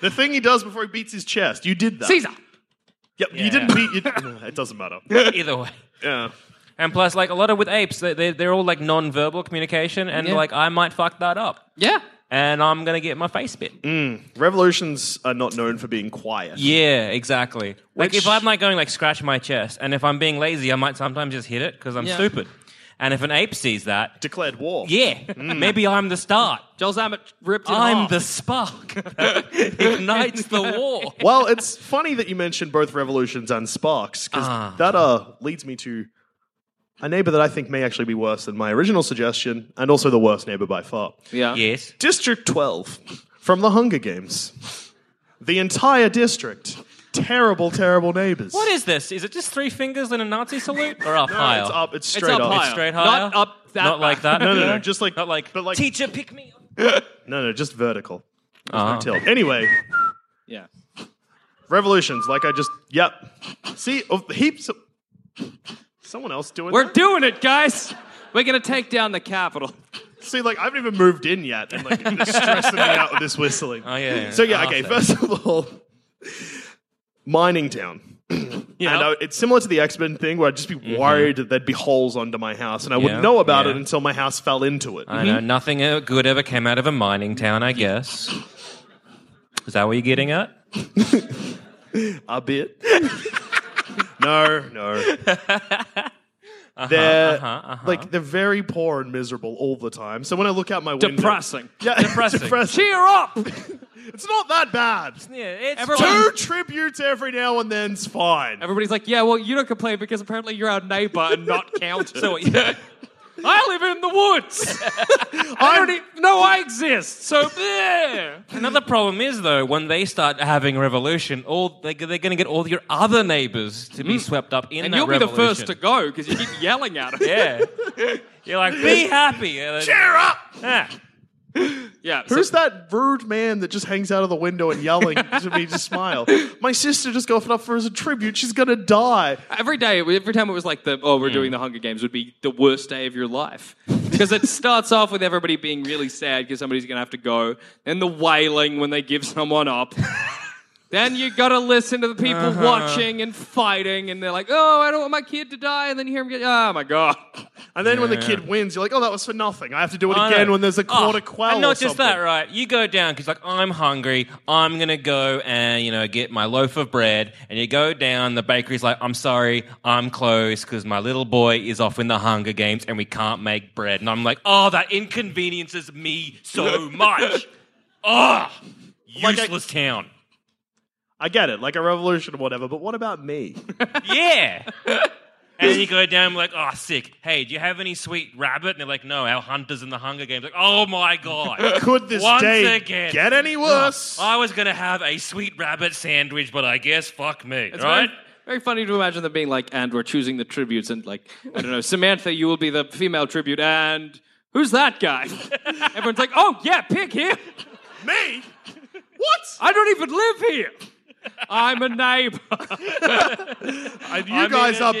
B: the thing he does before he beats his chest. You did that.
C: Caesar.
B: Yep. You
A: Yeah.
B: didn't beat. You, it doesn't matter.
A: Either way.
B: Yeah.
A: And plus, like a lot of with apes, they, they, they're all like non-verbal communication, and
C: Yeah.
A: like I might fuck that up,
C: Yeah.
A: and I'm gonna get my face bit.
B: Revolutions are not known for being quiet.
A: Yeah, exactly. Like
B: Which-
A: if I'm like going like scratch my chest, and if I'm being lazy, I might sometimes just hit it because I'm
C: Yeah.
A: stupid. And if an ape sees that,
B: Declared war.
A: yeah, maybe I'm the start.
C: Joel Zammett ripped it
A: I'm
C: off.
A: the spark that ignites the war.
B: Well, it's funny that you mentioned both revolutions and sparks because that uh, leads me to a neighbor that I think may actually be worse than my original suggestion, and also the worst neighbor by far.
C: Yeah.
A: Yes.
B: District 12 from the Hunger Games. The entire district. Terrible, terrible neighbors.
A: What is this? Is it just three fingers in a Nazi salute, or up
B: no,
A: higher?
B: It's up. It's
C: It's
B: straight
C: up
B: up.
C: higher.
A: Straight higher.
C: Not up that
A: Not like that.
B: No, no, no. Just like,
A: Not like,
B: but like
A: teacher, pick me. up. Ah,
B: no, no, just vertical. There's
A: Oh.
B: no tilt. Anyway,
C: Yeah.
B: revolutions. Like I just, yep. See, of heaps. Of, someone else doing.
C: We're
B: that?
C: doing it, guys. We're going to take down the Capitol.
B: See, like I haven't even moved in yet, and like it's stressing me out with this whistling.
A: Oh yeah. yeah.
B: So yeah,
A: Ah,
B: okay.
A: fair.
B: First of all, mining town. And I, it's similar to the X Men thing, where I'd just be worried that there'd be holes under my house, and I
A: Mm-hmm. Yeah,
B: wouldn't know about it
A: yeah.
B: until my house fell into it.
A: I know nothing uh, good ever came out of a mining town. I guess. Is that what you're getting at?
B: A bit. no, no.
A: Uh-huh,
B: they're like they're very poor and miserable all the time. So when I look out my window,
C: Depressing.
B: yeah,
A: Depressing.
B: depressing.
C: Cheer up.
B: It's not that bad.
A: Yeah, it's
B: Two
C: Everyone-
B: tributes every now and then's fine.
C: Everybody's like, yeah, well, you don't complain because apparently you're our neighbor and not counted.
A: So yeah.
C: I live in the woods. I don't even know I exist. So there.
A: Another problem is though when they start having a revolution, all they, they're going to get all your other neighbors to be swept up in
C: Mm. And
A: that
C: you'll be the first to
A: revolution.
C: go because you keep yelling at them.
A: Yeah, you're like be happy. And then-
B: Cheer up!
A: Yeah.
C: Yeah. so-
B: Who's that rude man that just hangs out of the window and yelling to me to smile? My sister just got offered up for her as a tribute. She's gonna die.
C: Every day, every time it was like the oh we're doing the Hunger Games would be the worst day of your life because it starts off with everybody being really sad because somebody's gonna have to go, then the wailing when they give someone up, then you gotta listen to the people watching and fighting, and they're like oh I don't want my kid to die, and then you hear them get oh my god
B: And then when the kid wins, you're like, oh, that was for nothing. I have to do it
A: I
B: again
A: know.
B: when there's a
A: Oh,
B: quarter quell.
A: And not
B: or
A: just
B: something.
A: that, right? You go down because, like, I'm hungry. I'm gonna go and you know get my loaf of bread. And you go down. The bakery's like, I'm sorry, I'm closed because my little boy is off in the Hunger Games and we can't make bread. And I'm like, oh, that inconveniences me so much. Ah,
B: Like I-
A: useless town.
B: I get it, like a revolution or whatever. But what about me?
A: Yeah. And then you go down like, oh, sick. Hey, do you have any sweet rabbit? And they're like, no, our hunter's in the Hunger Games. Like, oh my god,
B: Could this
A: Once
B: day
A: again. Oh,
B: get any worse?
A: I was gonna have a sweet rabbit sandwich, but I guess fuck me,
C: It's
A: right?
C: very, very funny to imagine them being like and we're choosing the tributes and like I don't know Samantha you will be the female tribute and who's that guy everyone's like oh yeah pick him.
B: me? What?
C: I don't even live here. I'm a neighbor.
B: you
C: mean,
B: guys are
C: yeah.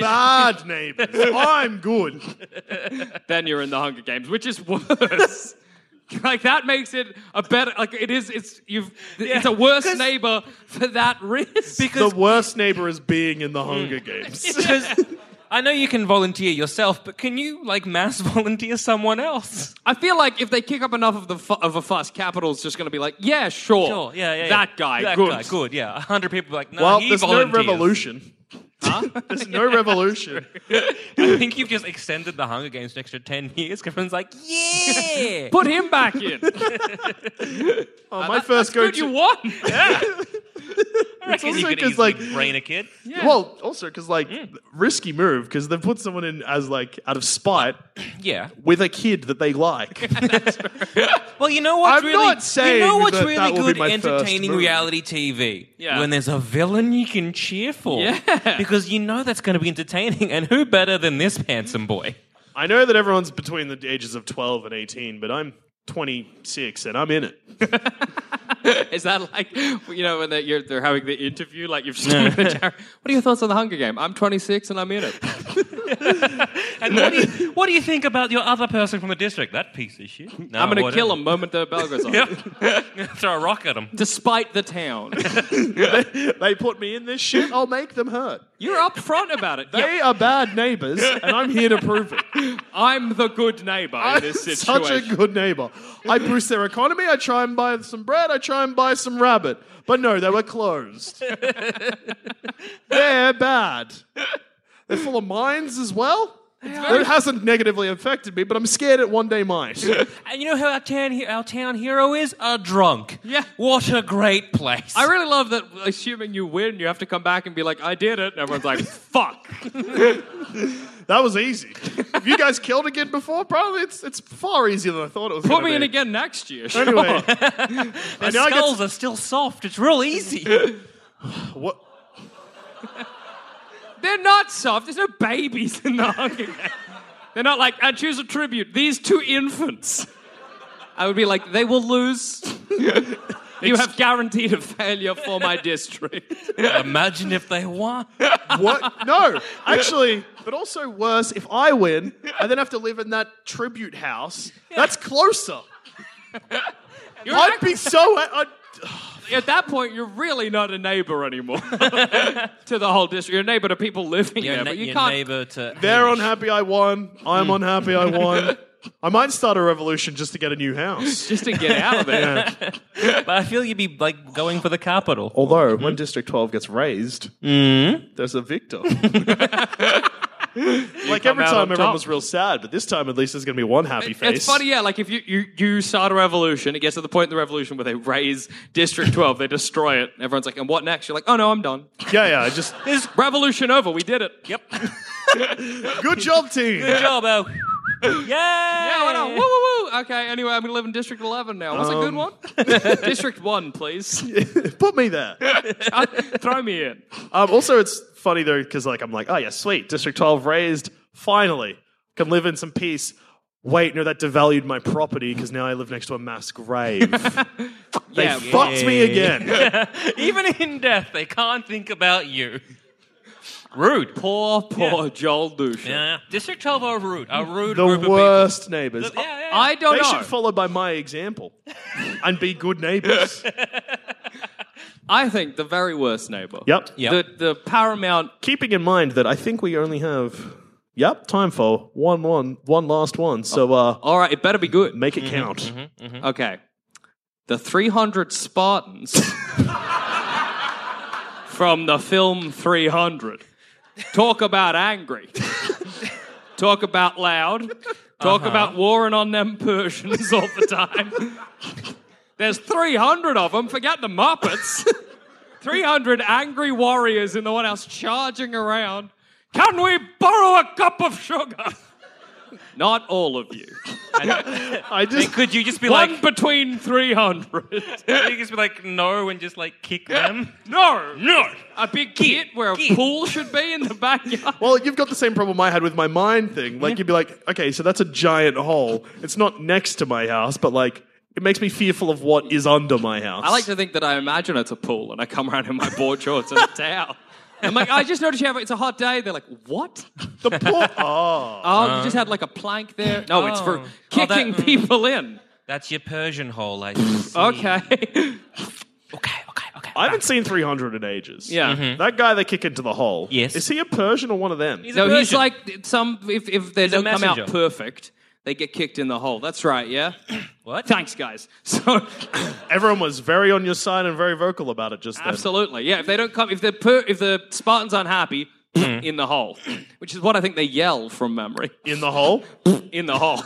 B: bad neighbors. I'm good.
C: then you're in the Hunger Games, which is worse. like that makes it a better. Like it is. It's you've. It's a worse neighbor for that risk.
B: The worst neighbor is being in the
A: Hmm.
B: Hunger Games.
A: I know you can volunteer yourself, but can you like mass volunteer someone else?
C: I feel like if they kick up enough of the fu- of a fuss, Capital's just going to be like, yeah, sure,
A: Sure, yeah, yeah. yeah.
C: that guy,
A: that
C: good,
A: guy, good, yeah. A hundred people are like, no,
B: well,
A: he
B: there's
A: volunteers.
B: no revolution. Huh? there's no revolution.
A: I think you've just extended the Hunger Games an extra ten years. 'cause Everyone's like, yeah.
C: Put him back in.
B: Oh, my first go
C: good,
B: to
C: you won.
A: I reckon
B: also
A: you could
B: 'cause,
A: easily
B: like-
A: brain a kid.
B: Well, also because like risky move because they've put someone in as like out of spite
A: Yeah.
B: with a kid that they like.
A: Well, you know what's
B: I'm
A: really
B: not saying
A: you know what's
B: that
A: really
B: that will be
A: good
B: my first
A: entertaining
B: move.
A: reality TV.
C: Yeah.
A: When there's a villain you can cheer for. Yeah. Because you know that's going to be entertaining and who better than this handsome boy?
B: I know that everyone's between the ages of 12 and 18, but I'm 26 and I'm in it.
C: Is that like you know when they're, you're, they're having the interview? Like you've seen the jar- What are your thoughts on the Hunger Game? I'm 26 and I'm in it.
A: Ah, And what do, you, what do you think about your other person from the district? That piece of shit. No,
C: I'm going to
A: whatever.
C: kill him moment the bell goes off.
A: Yep. Throw a rock at him.
C: Despite the town,
B: they put me in this shit, I'll make them hurt.
C: you're upfront about it.
B: They are bad neighbors, and I'm here to prove it.
C: I'm the good neighbor in
B: I'm
C: this situation.
B: such a good neighbor. I boost their economy, I try and buy some bread, I try and buy some rabbit. But no, they were closed. They're bad. They're full of mines as well. It hasn't negatively affected me, but I'm scared it one day might.
A: And you know who our town, he- our town hero is? A drunk.
C: Yeah.
A: What a great place.
C: I really love that. Assuming you win, you have to come back and be like, "I did it." And everyone's like, "Fuck."
B: That was easy. Have you guys killed a kid before? Probably it's it's far easier than I thought it was.
C: Put
B: gonna
C: me
B: be.
C: in again next year. Sure.
B: Anyway, I know I get
A: Skulls are still soft. It's real easy.
B: to- what-
C: They're not soft. There's no babies in the Hunger Games. They're not like, I choose a tribute. These two infants. I would be like, they will lose. you have guaranteed a failure for my district.
A: Imagine if they won.
B: What? No, actually, but also worse. If I win, I then have to live in that tribute house. That's closer.
C: You're
B: I'd be so. I'd,
C: At that point, you're really not a neighbor anymore to the whole district. You're a neighbor to people living
A: Your,
C: there,
A: na-
C: but you
A: your
C: can't.
A: neighbor to.
B: they're unhappy. I won. I'm unhappy. I won. I might start a revolution just to get a new house.
C: Just to get out of there.
A: But I feel you'd be like going for the capital.
B: Although, when District 12 gets raised,
C: Mm-hmm.
B: there's a victor. like every
C: out on
B: time, everyone
C: top.
B: was real sad, but this time at least there's going to be one happy face.
C: It's funny, yeah. Like if you, you you start a revolution, it gets to the point in the revolution where they raise District 12, they destroy it. Everyone's like, and what next? You're like, oh no, I'm done.
B: Yeah, yeah. Just
C: This revolution over. We did it.
A: Yep.
B: good job, team.
A: Good job, Al. Yay!
C: Yeah, why not? Woo, woo, woo. Okay, anyway, I'm going to live in District 11 now. What's a good one? District 1, please.
B: Put me there.
C: Uh, throw me in.
B: Um, also, it's funny though because like I'm like, oh yeah, sweet, District 12 raised, finally can live in some peace. Wait, no, that devalued my property because now I live next to a mass grave. they
C: Yeah,
B: fucked me again.
A: Even in death, they can't think about you. Rude.
C: Poor, poor Joel Dusha.
A: Yeah. District 12 are rude. A rude
B: the
A: group of
B: worst neighbors.
A: people. Yeah, yeah, yeah.
C: I don't
B: They
C: know.
B: should follow by my example and be good neighbors.
C: I think the very worst neighbor.
B: yep.
A: Yep.
C: The, the paramount.
B: Keeping in mind that I think we only have yep time for one one one last one. So uh,
C: All right, it better be good.
B: make it count.
C: Okay. The 300 Spartans from the film 300. Talk about angry. Talk about loud. Talk about warring on them Persians all the time. There's 300 of them. Forget the Muppets. 300 angry warriors in the one house charging around. Can we borrow a cup of sugar? Not all of you.
B: I just
A: Could you just be
C: One
A: like,
C: between 300.
A: could you just be like, no, and just like kick them?
C: No!
A: No.
C: A big kit where a
A: Kit.
C: pool should be in the backyard.
B: Well, you've got the same problem I had with my mind thing. Like, you'd be like, okay, so that's a giant hole. It's not next to my house, but like, it makes me fearful of what is under my house.
C: I like to think that I imagine it's a pool and I come around in my board shorts and a towel. I'm like, I just noticed you have it's a hot day. They're like, what?
B: the pool. Oh,
C: Oh, you just had like a plank there. No, it's
A: Uh-huh. Oh.
C: for
A: Oh, that-
C: kicking people in. Mm.
A: That's your Persian hole, I see.
C: Okay.
A: Okay, okay, okay.
B: I haven't seen 300 in ages.
C: Yeah. Mhm.
B: That guy they kick into the hole.
A: Yes.
B: Is he a Persian or one of them?
A: He's a
C: no, he's
A: Persian.
C: like some if, if they
A: a
C: don't come out
A: messenger.
C: perfect, they get kicked in the hole. That's right, yeah?
A: what?
C: Thanks, guys. So
B: Everyone was very on your side and very vocal about it just then.
C: Absolutely, yeah. If they don't come, if the per, if the Spartans aren't happy,
A: Mm.
C: in the hole, which is what I think they yell from memory.
B: In the hole.
C: In the hole,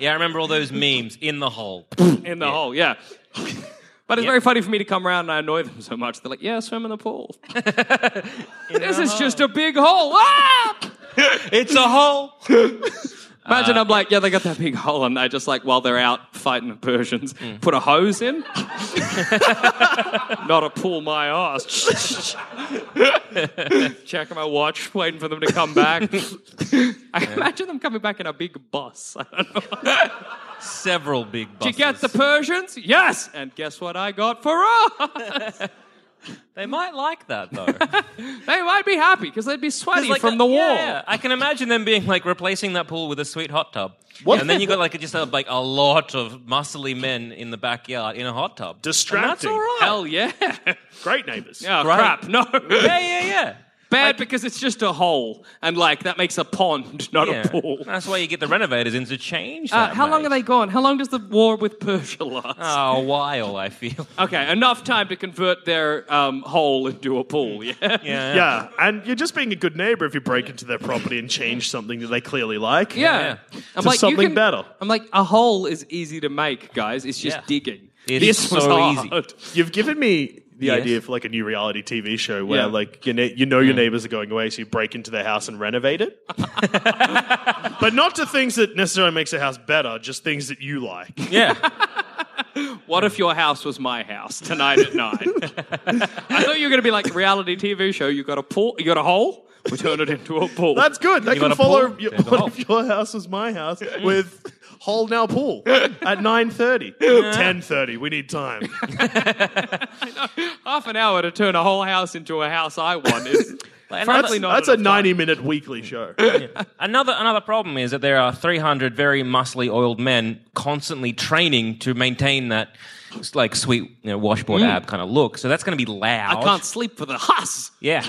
A: Yeah, I remember all those memes in the hole.
C: in the hole, yeah. But it's very funny for me to come around and I annoy them so much. They're like, "Yeah, swim in the pool." this is just a big hole. Ah!
A: it's a hole.
C: Imagine I'm like, "Yeah, they got that big hole," and I just like while they're out fighting the Persians, put a hose in. Not a pull my ass. Checking my watch, waiting for them to come back. I imagine them coming back in a big bus. I don't know.
A: Several big
C: Did
A: buses.
C: you get the Persians? Yes. And guess what I got for us?
A: They might like that though. 'Cause,
C: they might be happy because they'd be sweaty
A: like,
C: from the war.
A: yeah, I can imagine them being like replacing that pool with a sweet hot tub. And then you got like just uh, like a lot of muscly men in the backyard in a hot tub.
B: Distracting.
A: And that's all right.
C: Hell yeah.
B: Great neighbors.
C: Oh,
A: Right.
C: crap. No.
A: yeah, yeah, yeah.
C: Bad because it's just a hole. And, like, that makes a pond, not
A: Yeah.
C: a pool.
A: That's why you get the renovators in to change
C: Uh,
A: that.
C: how long
A: mate.
C: are they gone? How long does the war with Persia last?
A: Oh, a while, I feel.
C: Okay, enough time to convert their um, hole into a pool. Mm. Yeah.
A: Yeah.
B: Yeah, and you're just being a good neighbor if you break into their property and change something that they clearly like.
C: Yeah.
B: To something better.
C: I'm like, a hole is easy to make, guys. It's just
A: Yeah.
C: digging.
A: It
C: this
A: is
C: was
A: so
C: hard.
A: easy.
B: You've given me the
A: Yes.
B: idea for like a new reality TV show where
C: Yeah.
B: like your ne- you know your neighbors are going away, so you break into their house and renovate it. but not to things that necessarily makes a house better, just things that you like.
A: Yeah.
C: What if your house was my house tonight at nine? I thought you were going to be like reality TV show. You got a pool. You got a hole. We turn it into a pool.
B: That's good. That
A: You
B: can
A: got a
B: follow.
A: pool?
B: Your,
A: There's a
B: what
A: hole.
B: if your house was my house with hole now pool at nine thirty, ten thirty? We need time.
C: half an hour to turn a whole house into a house. I want is
A: Like,
C: frankly
A: another-
C: not.
B: That's a
C: enough time.
B: ninety-minute weekly show.
A: Another another problem is that there are 300 very muscly oiled men constantly training to maintain that like sweet you know,
C: Mm.
A: washboard ab kind of look. So that's going to be loud.
C: I can't sleep for the huss.
A: Yeah.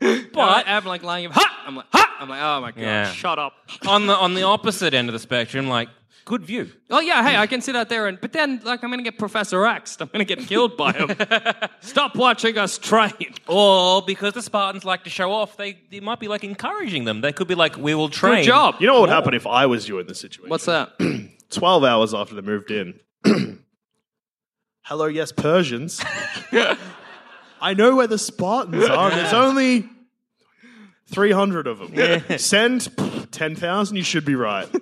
C: But
A: But-
C: I'm like lying. Ha! I'm like ha! I'm like oh my god!
A: Yeah.
C: Shut up.
A: on the on the opposite end of the spectrum, like good view.
C: Oh yeah, hey, I can sit out there and but then like I'm gonna get Professor Axed. I'm gonna get killed by him. Stop watching us train.
A: Or because the Spartans like to show off, they, they might be like encouraging them. They could be like, "We will train."
C: Good job.
B: You know what would happen if I was you in this situation?
C: What's that?
B: 12 hours after they moved in. Hello, yes, Persians. I know where the Spartans are. and There's only 300 of them. Send pff, 10,000, you should be right.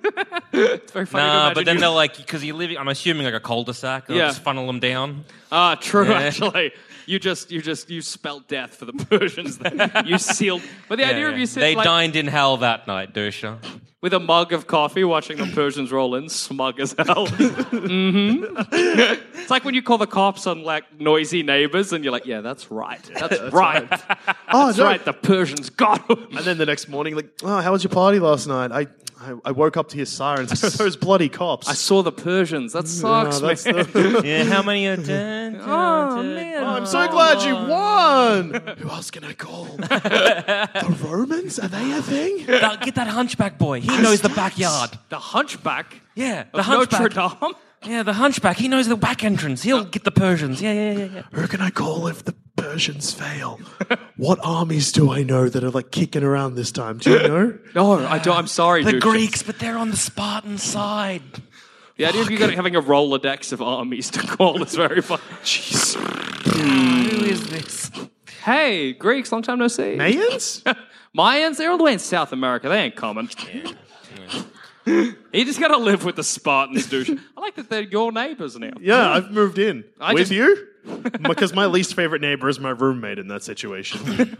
C: It's very funny.
A: Nah,
C: to
A: but then
C: imagine
A: they're
C: you-
A: like, because you're living. I'm assuming like a cul-de-sac. They'll
C: Yeah.
A: just funnel them down.
C: ah, true.
A: Yeah.
C: Actually, you just you just you spelled death for the Persians. Then. you sealed. But the idea
A: Yeah,
C: of
A: yeah. they
C: you sitting like,
A: dined in hell that night, Dusha.
C: with a mug of coffee, watching the Persians roll in, smug as hell. hmm It's like when you call the cops on like noisy neighbors, and you're like, yeah, that's right, that's, right,
B: Oh,
C: that's
B: no.
C: right. The Persians got 'em."
B: And then the next morning, like, oh, how was your party last night? I, I, I woke up to hear sirens. Those bloody cops.
C: I saw the Persians. That sucks,
B: that's
C: man.
B: the-
A: Yeah, how many are dead? oh man,
B: I'm so glad you won. Who else can I call? the Romans? Are they a thing?
A: That- get that hunchback boy. He knows the backyard.
C: The Hunchback.
A: Yeah, the
C: of
A: hunchback.
C: Notre Dame.
A: Yeah, the hunchback. He knows the back entrance. He'll get the Persians. Yeah, yeah, yeah, yeah.
B: Who can I call if the Persians fail? what armies do I know that are like kicking around this time? Do you know?
C: No, I don't, I'm sorry,
A: The
C: dude.
A: Greeks, but they're on the Spartan side.
C: The idea of you got- having a Rolodex of armies to call is very fun. Jeez.
A: Who is this?
C: Hey, Greeks, long time no see.
B: Mayans?
C: Mayans, they're all the way in South America. They ain't common. you just gotta live with the Spartans, dude. I like that they're your neighbors now.
B: yeah, I've moved in.
C: I
B: With
C: just-
B: you? Because my least favorite neighbor is my roommate in that situation.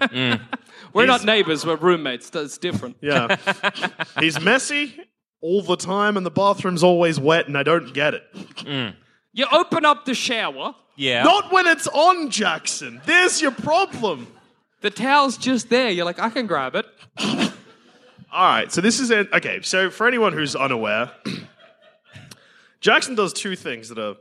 C: We're not neighbors, we're roommates. That's different.
B: Yeah. He's messy all the time and the bathroom's always wet and I don't get it.
C: You open up the shower,
A: Yeah.
B: Not when it's on, Jackson. There's your problem.
C: the towel's just there. You're like, I can grab it.
B: All right, so this is it. Okay, so for anyone who's unaware, Jackson does two things that are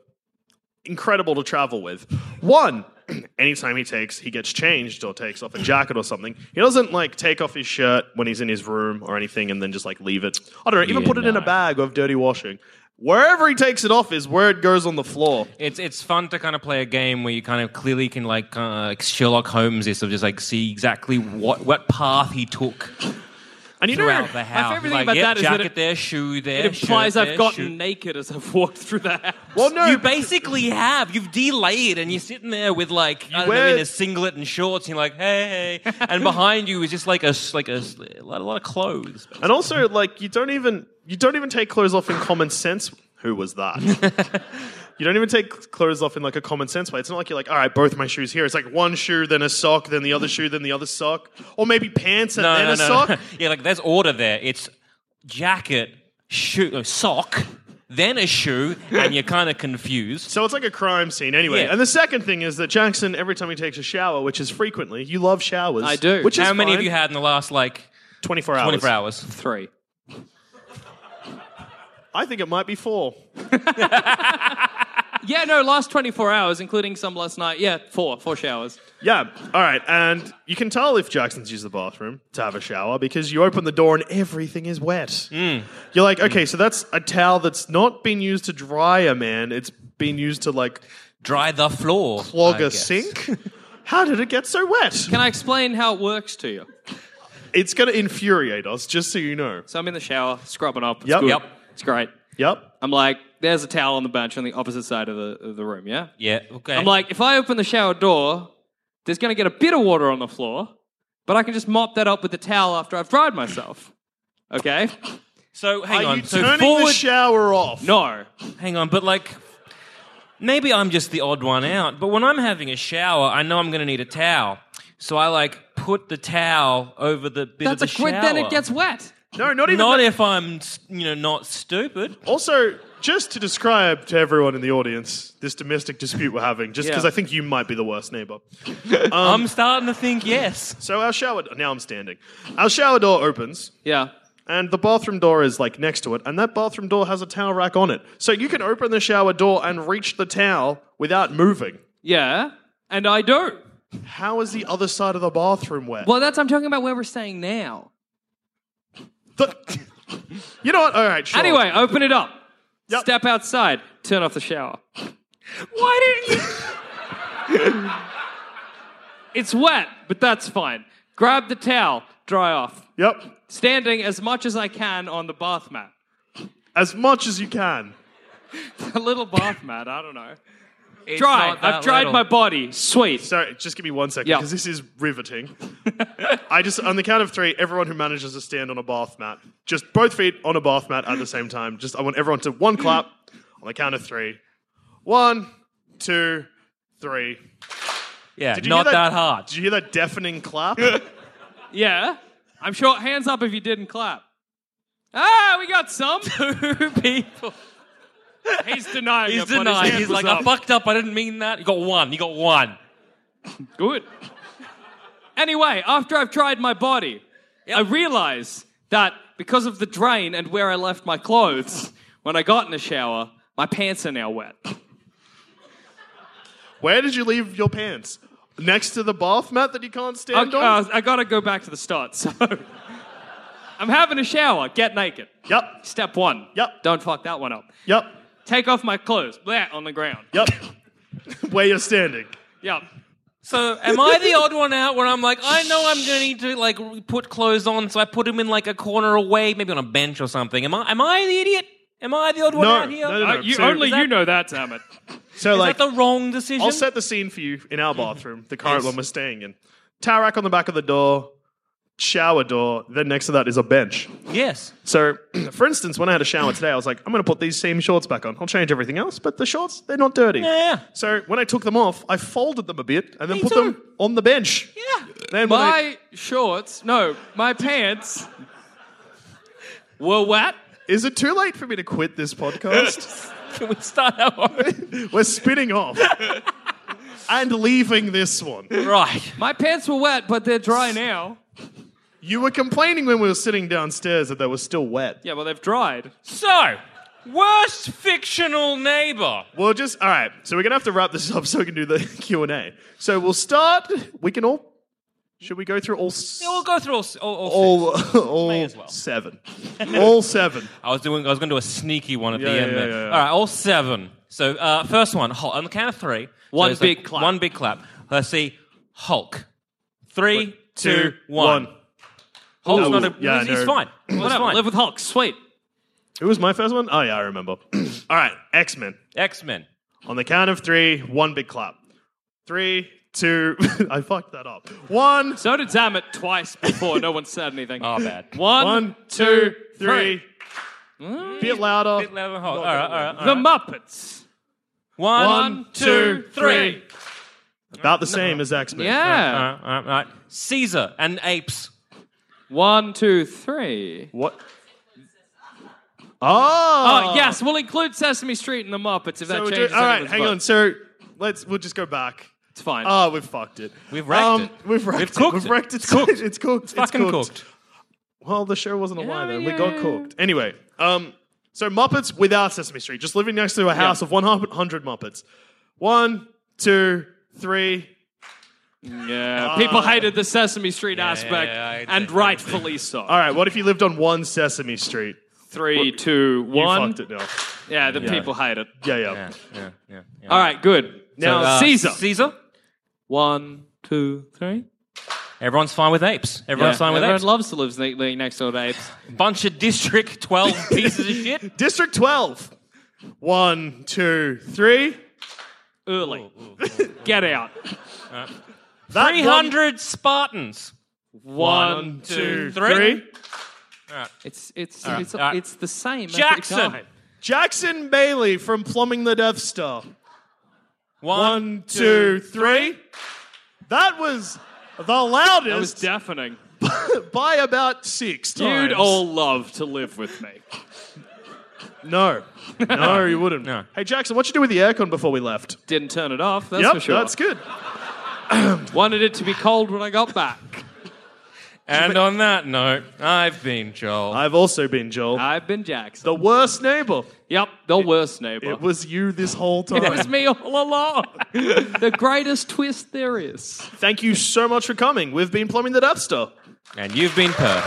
B: incredible to travel with. One, anytime he takes, he gets changed or takes off a jacket or something. He doesn't like take off his shirt when he's in his room or anything, and then just like leave it. I don't know, even
A: Yeah,
B: put it in a
A: no.
B: bag of dirty washing. Wherever he takes it off is where it goes on the floor.
A: It's it's fun to kind of play a game where you kind of clearly can like uh, like Sherlock Holmes is of just like see exactly what what path he took
B: And you know,
A: throughout the house.
C: favorite thing
A: like,
C: about
A: yeah,
C: that is that
A: jacket
C: it-
A: there, shoe there.
C: It implies
A: shirt
C: I've
A: there,
C: gotten
A: shoe- Oh,
C: naked as I've walked through the house.
B: well, no,
A: You basically have. You've delayed, and you're sitting there with like I don't
B: wear-
A: know, in a singlet and shorts. And you're like, hey, hey, and behind you is just like a s- like a, s- a lot, a lot of clothes.
B: and also like you don't even you don't even take clothes off in common sense who was that you don't even take clothes off in like a common sense way it's not like you're like all right both my shoes here it's like one shoe then a sock then the other shoe then the other sock or maybe pants and
A: No,
B: then
A: no,
B: a
A: no,
B: sock
A: no. Yeah, like there's order there. It's jacket, shoe, uh, sock, then a shoe, and you're kind of confused.
B: So it's like a crime scene anyway.
A: Yeah.
B: And the second thing is that Jackson, every time he takes a shower, which is frequently, you love showers.
C: I do.
B: Which is
A: How many
B: fine.
A: have you had in the last like
B: 24 hours.
A: 24 hours?
C: Three.
B: I think it might be four.
C: Yeah, no, last 24 hours, including some last night. Yeah, four. Four showers.
B: Yeah. All right. And you can tell if Jackson's used the bathroom to have a shower because you open the door and everything is wet.
A: Hmm.
B: You're like, okay, so that's a towel that's not been used to dry a man. It's been used to like
A: Dry the floor.
B: clog
A: I
B: a
A: guess.
B: sink. How did it get so wet?
C: Can I explain how it works to you?
B: It's going to infuriate us, just so you know.
C: So I'm in the shower, scrubbing up. It's
B: Yep.
C: good.
B: Yep.
C: It's great.
B: Yep.
C: I'm like, there's a towel on the bench on the opposite side of the, of the room, yeah?
A: Yeah. Okay.
C: I'm like, if I open the shower door, there's going to get a bit of water on the floor, but I can just mop that up with the towel after I've dried myself. Okay?
A: so hang
B: Are
A: on.
B: you
A: So
B: turning the
A: forward.
B: shower off?
C: No.
A: hang on, but like. Maybe I'm just the odd one out, but when I'm having a shower, I know I'm going to need a towel. So I like put the towel over the bit
C: That's a
A: of the
C: great,
A: shower.
C: then it gets wet.
B: No, not even.
A: Not
B: that.
A: if I'm, you know, not stupid.
B: Also, just to describe to everyone in the audience this domestic dispute we're having, just
C: Yeah.
B: because I think you might be the worst neighbor. Um,
A: I'm starting to think yes.
B: So our shower now I'm standing. Our shower door opens
C: Yeah.
B: and the bathroom door is like next to it and that bathroom door has a towel rack on it. So you can open the shower door and reach the towel without moving.
C: Yeah. And I do.
B: How is the other side of the bathroom wet?
C: Well, that's, I'm talking about where we're staying now.
B: The- you know what? All right, sure.
C: Anyway, open it up.
B: Yep.
C: Step outside. Turn off the shower.
A: Why didn't you?
C: It's wet, but that's fine. Grab the towel. Dry off.
B: Yep.
C: Standing as much as I can on the bath mat.
B: As much as you can.
C: A little bath mat. I don't know.
A: It's
C: Dry.
A: not that
C: I've dried
A: little.
C: my body. Sweet.
B: Sorry, just give me one second
C: Yeah.
B: because this is riveting. I just, on the count of three, everyone who manages to stand on a bath mat, just both feet on a bath mat at the same time. Just, I want everyone to one clap on the count of three. One, two, three.
A: Yeah,
B: Did you
A: not
B: hear
A: that, hard.
B: Did you hear that deafening clap? All
C: Yeah. I'm sure. Hands up if you didn't clap. Ah, we got some.
A: Two people.
C: He's denying.
A: He's
C: it, but his
A: denying.
C: hand
A: He's
C: was
A: like,
C: up.
A: I fucked up. I didn't mean that. You got one. You got one.
C: Good. Anyway, after I've tried my body, I realize that because of the drain and where I left my clothes when I got in the shower, my pants are now wet.
B: Where did you leave your pants? Next to the bath mat that you can't
C: I,
B: stand on?
C: uh, I gotta go back to the start, so. I'm having a shower. Get naked.
B: Yep.
C: Step one.
B: Yep.
C: Don't fuck that one up.
B: Yep.
C: Take off my clothes. Blah, on the ground.
B: Yep. Where you're standing.
C: Yep.
A: So, am I the odd one out when I'm like, I know I'm going to need to like re- put clothes on, so I put them in like a corner away, maybe on a bench or something. Am I? Am I the idiot? Am I the odd one
B: No,
A: out here?
B: no, no, no.
C: Uh, you,
B: so-
C: only
B: Is that-
C: you know that, damn it.
B: So,
A: Is
B: like,
A: that the wrong decision?
B: I'll set the scene for you in our
A: Mm-hmm.
B: bathroom, the current one we're staying in. Towel rack on the back of the door, shower door. Then next to that is a bench.
A: yes.
B: So, for instance, when I had a shower today, I was like, I'm going to put these same shorts back on. I'll change everything else, but the shorts, they're not dirty.
A: Yeah.
B: So, when I took them off, I folded them a bit and then
A: Me
B: put
A: too.
B: them on the bench.
A: Yeah.
B: Then when I,
C: My shorts, no, my pants were wet.
B: is it too late for me to quit this podcast?
A: Can we start our own?
B: we're spinning off and leaving this one.
A: right.
C: My pants were wet, but they're dry now.
B: You were complaining when we were sitting downstairs that they were still wet.
C: Yeah, well, they've dried.
A: So, worst fictional neighbor.
B: Well, just all right. So we're gonna have to wrap this up so we can do the Q and A. So we'll start. We can all. Should we go through all? s-
A: Yeah, we'll go through all. s- all, all six.
B: all all
A: May as well.
B: seven. all seven.
A: I was doing. I was going to do a sneaky one at
B: Yeah,
A: the
B: yeah,
A: end.
B: yeah,
A: there.
B: yeah, yeah.
A: All right, all seven. So uh, first one, Hulk. On the count of three, so
C: One
A: it's
C: big clap.
A: One big clap. Let's see, Hulk. Three, two, one. Hulk's
B: Ooh.
A: not a.
B: Yeah,
A: he's, he's
B: no.
A: fine. He's
C: Whatever,
A: fine.
C: live with Hulk. Sweet.
B: Who was my first one? Oh yeah, I remember. all right, X Men.
A: X Men.
B: On the count of three, one big clap. Three, two. I fucked that up. One,
C: So did Zamet twice before no one said anything.
A: Oh, bad.
C: One,
B: one,
C: two,
B: two,
C: three.
B: three. Bit louder.
A: Bit Mm. louder than Hulk. All right, all right. All
C: The
A: right.
C: Muppets.
A: One, two, three.
B: About the same as X Men.
A: All
B: Uh,
C: Yeah.
A: right, all right, all right. Caesar and apes.
C: One, two, three.
B: What? Oh,
C: Uh, yes, we'll include Sesame Street and the Muppets if that
B: So we do-
C: changes.
B: all
C: any of
B: right,
C: his
B: hang
C: vote.
B: on. So let's we'll just go back.
C: It's fine.
B: Oh, we've fucked it. Um,
A: We've wrecked it.
B: We've wrecked
A: We've
B: it.
A: cooked
B: We've
A: it.
B: wrecked it.
A: It's cooked.
B: it's cooked. It's
A: fucking cooked.
B: Well, the show wasn't alive then.
C: mean,
B: We
C: yeah,
B: got
C: yeah.
B: cooked. Anyway, um, so Muppets without Sesame Street, just living next to a house of 100 Muppets. One, two, three.
C: yeah,
B: Oh.
C: people hated the Sesame Street aspect,
A: yeah, I-
C: and rightfully so.
B: All right, what if you lived on one Sesame Street?
C: Three, two,
B: You
C: one.
B: fucked it now.
C: Yeah, the people hate it.
B: Yeah, yeah.
A: Yeah, yeah, yeah.
C: All right, good. Now
A: Uh,
C: Caesar.
A: Caesar.
C: One, two, three.
A: Everyone's fine with apes. Everyone's fine with
C: Everyone
A: apes.
C: loves to live ne- next door to apes.
A: Bunch of District 12 pieces of shit.
B: District 12. One, two, three.
C: Early, get out.
B: That
A: 300 Spartans.
C: One,
B: One, two,
A: two,
B: three.
A: three.
C: It's it's it's,
A: all right.
C: it's the same. every
A: Jackson.
C: time.
B: Jackson Bailey from Plumbing the Death Star. One,
A: One,
B: two, three. That was the loudest
C: That was deafening.
B: by about six times.
C: You'd all love to live with me.
B: No. No, you wouldn't.
A: No.
B: Hey, Jackson, what'd you do with the aircon before we left?
C: Didn't turn it off. That's
B: yep,
C: for sure.
B: that's good.
C: Wanted it to be cold when I got back.
A: And on that note, I've been Joel.
B: I've also been Joel.
C: I've been Jackson.
B: the worst neighbor.
C: yep, the worst neighbor.
B: It was you this whole time.
C: It was me all along. the greatest twist there is.
B: Thank you so much for coming. We've been plumbing the Death Star.
A: and you've been Perth.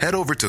E: Head over to